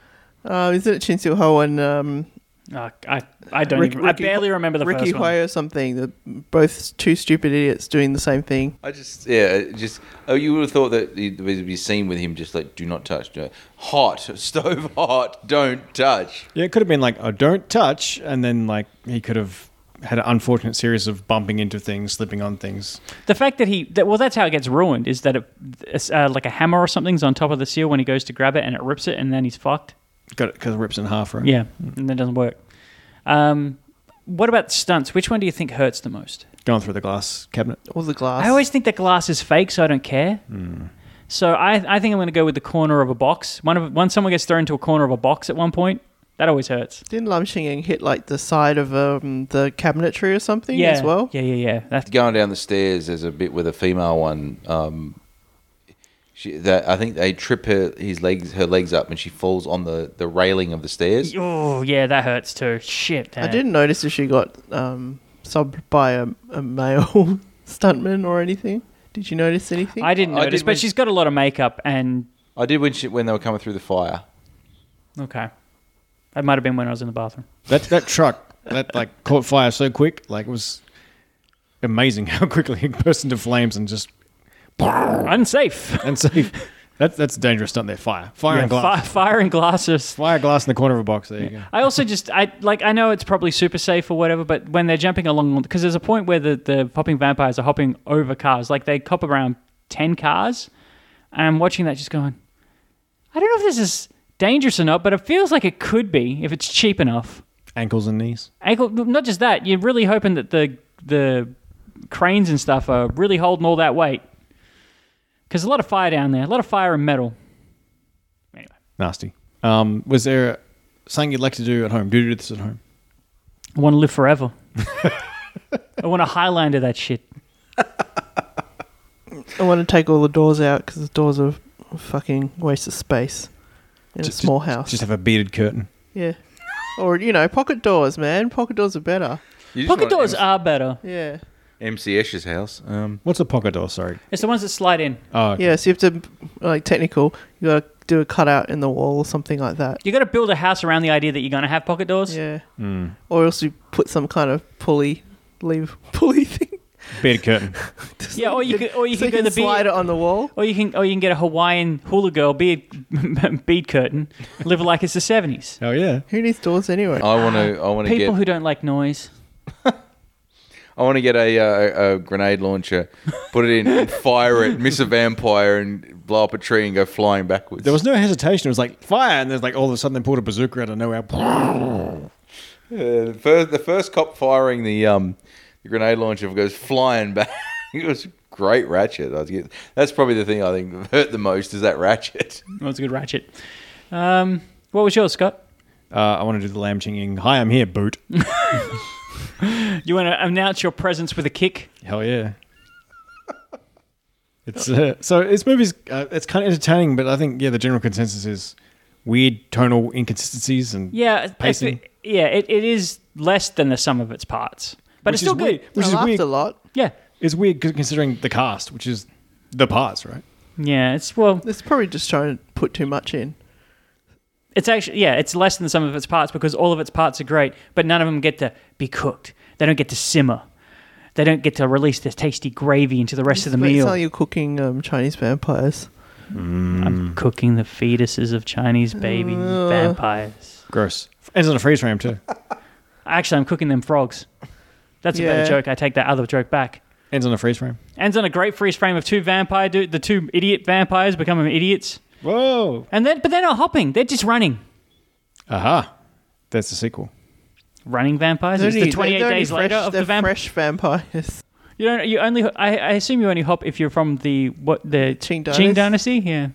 [SPEAKER 6] Uh, isn't it Chin Siu Ho and um,
[SPEAKER 3] Oh, I I don't.
[SPEAKER 6] Rick-
[SPEAKER 3] even,
[SPEAKER 6] Ricky-
[SPEAKER 3] I barely remember the
[SPEAKER 6] Ricky
[SPEAKER 3] first one.
[SPEAKER 6] Hoy or something? The, both two stupid idiots doing the same thing.
[SPEAKER 4] I just yeah, it just oh, you would have thought that you'd be seen with him just like, "Do not touch." Do not- Hot (laughs) stove hot. Don't touch.
[SPEAKER 5] Yeah, it could have been like, oh, don't touch. And then, like, he could have had an unfortunate series of bumping into things, slipping on things.
[SPEAKER 3] The fact that he that, well, that's how it gets ruined. Is that it, it's, uh, like a hammer or something's on top of the seal when he goes to grab it and it rips it and then he's fucked.
[SPEAKER 5] Got it because it rips in half, right?
[SPEAKER 3] Yeah, and that doesn't work. Um, what about stunts? Which one do you think hurts the most?
[SPEAKER 5] Going through the glass cabinet.
[SPEAKER 6] All the glass.
[SPEAKER 3] I always think that glass is fake, so I don't care.
[SPEAKER 6] Hmm.
[SPEAKER 3] So I, I think I'm going to go with the corner of a box. One of when someone gets thrown into a corner of a box at one point, that always hurts.
[SPEAKER 6] didn't Lam Shing hit like the side of um, the cabinetry or something
[SPEAKER 3] Yeah,
[SPEAKER 6] as well.
[SPEAKER 3] Yeah, yeah, yeah. That's
[SPEAKER 4] going down the stairs there's a bit with a female one um she, that I think they trip her his legs her legs up and she falls on the the railing of the stairs
[SPEAKER 3] oh yeah, that hurts too. Shit,
[SPEAKER 6] I
[SPEAKER 3] man.
[SPEAKER 6] didn't notice if she got um, subbed by a, a male (laughs) stuntman or anything. Did you notice anything?
[SPEAKER 3] I didn't
[SPEAKER 4] I
[SPEAKER 3] notice,
[SPEAKER 4] did
[SPEAKER 3] but
[SPEAKER 4] when-
[SPEAKER 3] she's got a lot of makeup and
[SPEAKER 4] I did when she, when they were coming through the fire
[SPEAKER 3] okay. That might have been when I was in the bathroom.
[SPEAKER 5] That, that truck, that, like, caught fire so quick. Like, it was amazing (laughs) how quickly it burst into flames and just
[SPEAKER 3] Unsafe.
[SPEAKER 5] and (laughs) see that's that's dangerous stunt there. Fire, fire and glass,
[SPEAKER 3] Fire, fire and glasses.
[SPEAKER 5] fire glass in the corner of a box. There you go.
[SPEAKER 3] I also just I like I know it's probably super safe or whatever, but when they're jumping along because there's a point where the the hopping vampires are hopping over cars, like they cop around ten cars, and I'm watching that just going, I don't know if this is dangerous or not, but it feels like it could be if it's cheap enough.
[SPEAKER 5] Ankles and knees.
[SPEAKER 3] Ankle, not just that, you're really hoping that the the cranes and stuff are really holding all that weight because a lot of fire down there, a lot of fire and metal. Anyway.
[SPEAKER 5] Nasty. Um, was there something you'd like to do at home? Do this at home.
[SPEAKER 3] I want to live forever. (laughs) I want a Highlander that shit.
[SPEAKER 6] I want to take all the doors out because the doors are a fucking waste of space in
[SPEAKER 5] Just-
[SPEAKER 6] a small house.
[SPEAKER 5] Just have a beaded curtain.
[SPEAKER 6] yeah. Or, you know, pocket doors, man. Pocket doors are better.
[SPEAKER 4] You just
[SPEAKER 3] Pocket
[SPEAKER 4] want
[SPEAKER 3] doors
[SPEAKER 4] M-
[SPEAKER 3] are better.
[SPEAKER 6] Yeah.
[SPEAKER 4] MC Escher's house um
[SPEAKER 5] What's a pocket door? Sorry.
[SPEAKER 3] It's the ones that slide in.
[SPEAKER 5] Oh, okay.
[SPEAKER 6] Yeah, so you have to, like, technical, you got to do a cutout in the wall or something like that.
[SPEAKER 3] You got to build a house around the idea that you're going to have pocket doors.
[SPEAKER 6] Yeah.
[SPEAKER 5] Mm.
[SPEAKER 6] Or else you put some kind of pulley, leave (laughs) pulley thing.
[SPEAKER 5] beaded (laughs) curtain.
[SPEAKER 3] Yeah, or you could, or you
[SPEAKER 6] so
[SPEAKER 3] could go
[SPEAKER 6] can
[SPEAKER 3] the
[SPEAKER 6] slide
[SPEAKER 3] beard,
[SPEAKER 6] it on the wall.
[SPEAKER 3] or you can, or you can get a Hawaiian hula girl beard (laughs) bead curtain, live like it's the (laughs) 70s.
[SPEAKER 5] Oh yeah.
[SPEAKER 6] Who needs doors
[SPEAKER 5] Oh,
[SPEAKER 6] anyway?
[SPEAKER 4] I want to. I want to
[SPEAKER 3] People
[SPEAKER 4] get.
[SPEAKER 3] who don't like noise.
[SPEAKER 4] I want to get a, uh, a grenade launcher, put it in, and fire it, miss a vampire, and blow up a tree and go flying backwards.
[SPEAKER 5] There was no hesitation. It was like fire, and there's like all of a sudden they pulled a bazooka out of (laughs) nowhere.
[SPEAKER 4] Uh, the first, the first cop firing the um, the grenade launcher goes flying back. (laughs) it was great ratchet. I was getting, that's probably the thing I think hurt the most is that ratchet.
[SPEAKER 3] That was a good ratchet. Um, what was yours, Scott?
[SPEAKER 5] Uh, I want to do the lamb chinging. Hi, I'm here, boot.
[SPEAKER 3] You want to announce your presence with a kick?
[SPEAKER 5] (laughs) Hell yeah. (laughs) It's uh, so this movie's uh, it's kind of entertaining, but I think yeah, the general consensus is weird tonal inconsistencies and
[SPEAKER 3] Yeah, it-
[SPEAKER 5] pacing,
[SPEAKER 3] it- yeah, it, it is less than the sum of its parts, but
[SPEAKER 5] which
[SPEAKER 3] it's still
[SPEAKER 5] is
[SPEAKER 3] good.
[SPEAKER 5] weird- which
[SPEAKER 6] I
[SPEAKER 5] is
[SPEAKER 6] laughed
[SPEAKER 5] weird.
[SPEAKER 6] a lot.
[SPEAKER 3] Yeah,
[SPEAKER 5] It's weird c- considering the cast, which is the parts, right?
[SPEAKER 3] yeah, it's well,
[SPEAKER 6] It's probably just trying to put too much in.
[SPEAKER 3] it's actually yeah, it's less than the sum of its parts because all of its parts are great, but none of them get to be cooked. They don't get to simmer. They don't get to release their tasty gravy into the rest of the
[SPEAKER 6] But It's
[SPEAKER 3] meal.
[SPEAKER 6] how you're cooking um, Chinese vampires.
[SPEAKER 3] I'm cooking the fetuses of Chinese baby vampires.
[SPEAKER 5] Gross. Ends on a freeze frame too. (laughs)
[SPEAKER 3] Actually, I'm cooking them frogs. That's a
[SPEAKER 6] Yeah.
[SPEAKER 3] better joke. I take that other joke back.
[SPEAKER 5] Ends on a freeze frame.
[SPEAKER 3] Ends on a great freeze frame of two vampire dude. The two idiot vampires become idiots,
[SPEAKER 5] Whoa.
[SPEAKER 3] and then but they're not hopping. They're just running,
[SPEAKER 5] Aha. That's the sequel.
[SPEAKER 3] running vampires. It's the
[SPEAKER 6] They're
[SPEAKER 3] 28
[SPEAKER 6] only
[SPEAKER 3] days later
[SPEAKER 6] fresh-
[SPEAKER 3] of
[SPEAKER 6] they're
[SPEAKER 3] the vampire.
[SPEAKER 6] fresh vampires. (laughs)
[SPEAKER 3] You don't. You only. I, I assume you only hop if you're from the what the Qing
[SPEAKER 6] Qing dynasty?
[SPEAKER 3] dynasty. Yeah.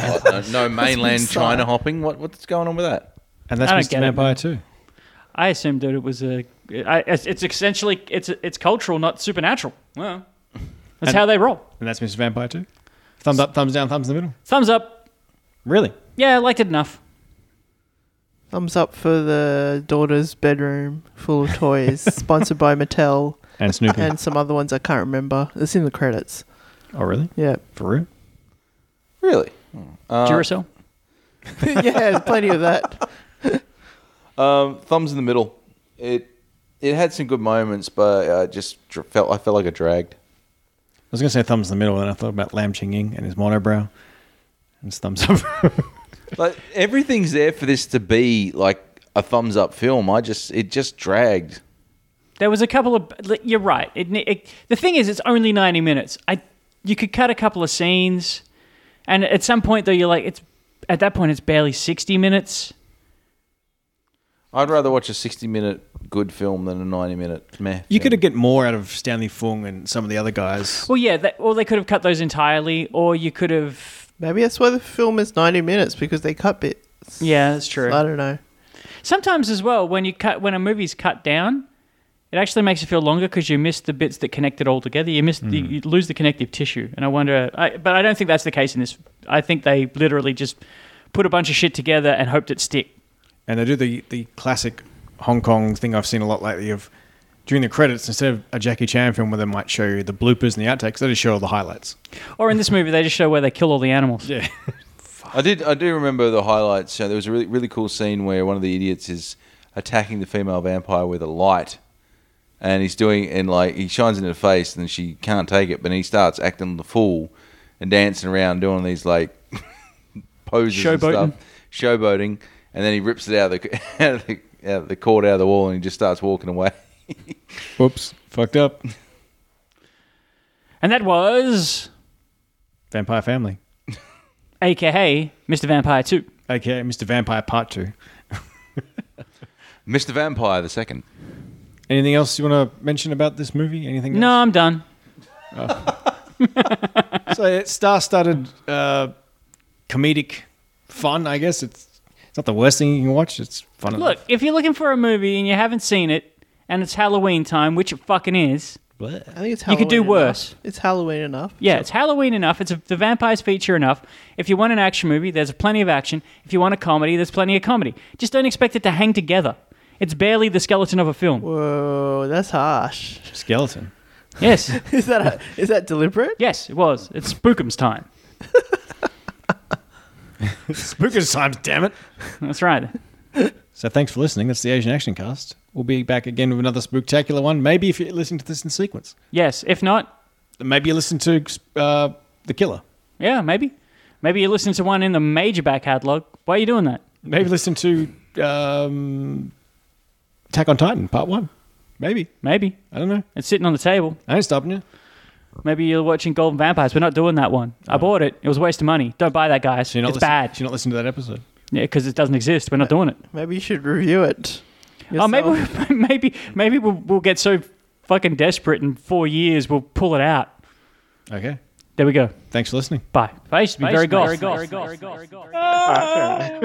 [SPEAKER 4] Oh, (laughs) no, no mainland
[SPEAKER 6] bizarre.
[SPEAKER 4] China hopping. What what's going on with that?
[SPEAKER 5] And that's
[SPEAKER 3] I don't
[SPEAKER 5] Mr.
[SPEAKER 3] get it,
[SPEAKER 5] Vampire too.
[SPEAKER 3] I assumed that it was a. I, it's it's essentially it's it's cultural, not supernatural. Well, that's
[SPEAKER 5] And-
[SPEAKER 3] how they roll.
[SPEAKER 5] And that's Mr. Vampire too. Thumbs up, thumbs down, thumbs in the middle.
[SPEAKER 3] Thumbs up.
[SPEAKER 5] Really?
[SPEAKER 3] Yeah, I liked it enough.
[SPEAKER 6] Thumbs up for the daughter's bedroom full of
[SPEAKER 3] (laughs)
[SPEAKER 6] toys, sponsored by Mattel
[SPEAKER 5] And Snoopy.
[SPEAKER 6] and some other ones I can't remember. It's in the credits.
[SPEAKER 5] oh really?
[SPEAKER 6] Yeah, (laughs)
[SPEAKER 5] For real?
[SPEAKER 4] Really?
[SPEAKER 6] Uh,
[SPEAKER 3] Duracell.
[SPEAKER 6] yeah, there's plenty of that.
[SPEAKER 4] Um, thumbs in the middle. It it had some good moments, but uh, just dr- felt I felt like I dragged.
[SPEAKER 5] I was gonna say thumbs in the middle, and I thought about Lam Chinging and his monobrow. And his thumbs (laughs) up.
[SPEAKER 4] Like everything's there for this to be like a thumbs up film. I just it just dragged.
[SPEAKER 3] There was a couple of. li- You're right. It, ne- it, the thing is, it's only 90 minutes. I you could cut a couple of scenes, and at some point though, you're like, it's at that point it's barely 60 minutes.
[SPEAKER 4] I'd rather watch a sixty minute good film than a ninety minute meh.
[SPEAKER 5] You
[SPEAKER 4] film.
[SPEAKER 5] could get more out of Stanley Fung and some of the other guys.
[SPEAKER 3] Well, yeah, that, or they could have cut those entirely, or you could have.
[SPEAKER 6] Maybe that's why the film is 90 minutes because they cut bits.
[SPEAKER 3] Yeah, that's true.
[SPEAKER 6] I don't know.
[SPEAKER 3] Sometimes as well, when you cut when a movie's cut down, it actually makes it feel longer because you miss the bits that connect it all together. You miss the, you lose the connective tissue, and I wonder. I, but I don't think that's the case in this. I think they literally just put a bunch of shit together and hoped it stick.
[SPEAKER 5] And they do the, the classic Hong Kong thing I've seen a lot lately of during the credits, instead of a Jackie Chan film where they might show you the bloopers and the outtakes, they just show all the highlights.
[SPEAKER 3] Or in this movie, they just show where they kill all the animals.
[SPEAKER 5] Yeah.
[SPEAKER 4] I did. I do remember the highlights. So there was a really really cool scene where one of the idiots is attacking the female vampire with a light, and he's doing and like he shines in her face, and she can't take it, but he starts acting the fool and dancing around doing these like (laughs) poses,
[SPEAKER 3] Showboating.
[SPEAKER 4] and stuff, showboating, and then he rips it out of the (laughs) out of the, out of the cord out of the wall, and he just starts walking away. (laughs)
[SPEAKER 5] Whoops. Fucked up.
[SPEAKER 3] And that was,
[SPEAKER 5] Vampire Family.
[SPEAKER 3] aka Mr. Vampire Two.
[SPEAKER 5] Okay, Mr. Vampire Part 2.
[SPEAKER 4] Mr. Vampire the second.
[SPEAKER 5] Anything else you want to mention about this movie? Anything
[SPEAKER 3] No,
[SPEAKER 5] else?
[SPEAKER 3] I'm done.
[SPEAKER 5] So it's star-studded uh, comedic fun, I guess. It's, it's not the worst thing you can watch. It's fun enough.
[SPEAKER 3] Look, if you're looking for a movie and you haven't seen it, and it's Halloween time, which it fucking is.
[SPEAKER 6] I think it's
[SPEAKER 3] You
[SPEAKER 6] Halloween.
[SPEAKER 3] could do
[SPEAKER 6] enough.
[SPEAKER 3] worse.
[SPEAKER 6] It's Halloween enough.
[SPEAKER 3] Yeah, it's Halloween enough. It's a, the vampires feature enough. If you want an action movie, there's plenty of action. If you want a comedy, there's plenty of comedy. Just don't expect it to hang together. It's barely the skeleton of a
[SPEAKER 5] (laughs)
[SPEAKER 3] film.
[SPEAKER 6] Whoa, that's harsh. (laughs)
[SPEAKER 5] Skeleton.
[SPEAKER 3] Yes,
[SPEAKER 6] Is that a, is that deliberate?
[SPEAKER 3] yes, it was. It's Spookum's time.
[SPEAKER 5] Spookers times, damn it.
[SPEAKER 3] That's right.
[SPEAKER 5] So thanks for listening. That's the Asian Action Cast. We'll be back again with another spooktacular one. Maybe if you're listening to this in sequence,
[SPEAKER 3] Yes, if not,
[SPEAKER 5] maybe you listen to uh, the Killer.
[SPEAKER 3] yeah, maybe. Maybe you listen to one in the major back catalog. Why are you doing that?
[SPEAKER 5] Maybe listen to um, Attack on Titan Part One. Maybe
[SPEAKER 3] Maybe.
[SPEAKER 5] I don't know.
[SPEAKER 3] It's sitting on the table.
[SPEAKER 5] I ain't stopping you.
[SPEAKER 3] Maybe you're watching Golden Vampires. We're not doing that one. I bought it. It was a waste of money. Don't buy that, guys.
[SPEAKER 5] You're not
[SPEAKER 3] it's
[SPEAKER 5] listen-
[SPEAKER 3] bad.
[SPEAKER 5] You're not listening to that episode.
[SPEAKER 3] Yeah, because it doesn't exist. We're not doing it.
[SPEAKER 6] Maybe you should review it.
[SPEAKER 3] Oh, maybe,
[SPEAKER 6] yourself.
[SPEAKER 3] we- maybe, maybe we'll, (laughs) we'll get so fucking desperate in four years we'll pull it out.
[SPEAKER 5] Okay.
[SPEAKER 3] There we go.
[SPEAKER 5] Thanks for listening.
[SPEAKER 3] Bye. I used to be very goth. Very goth.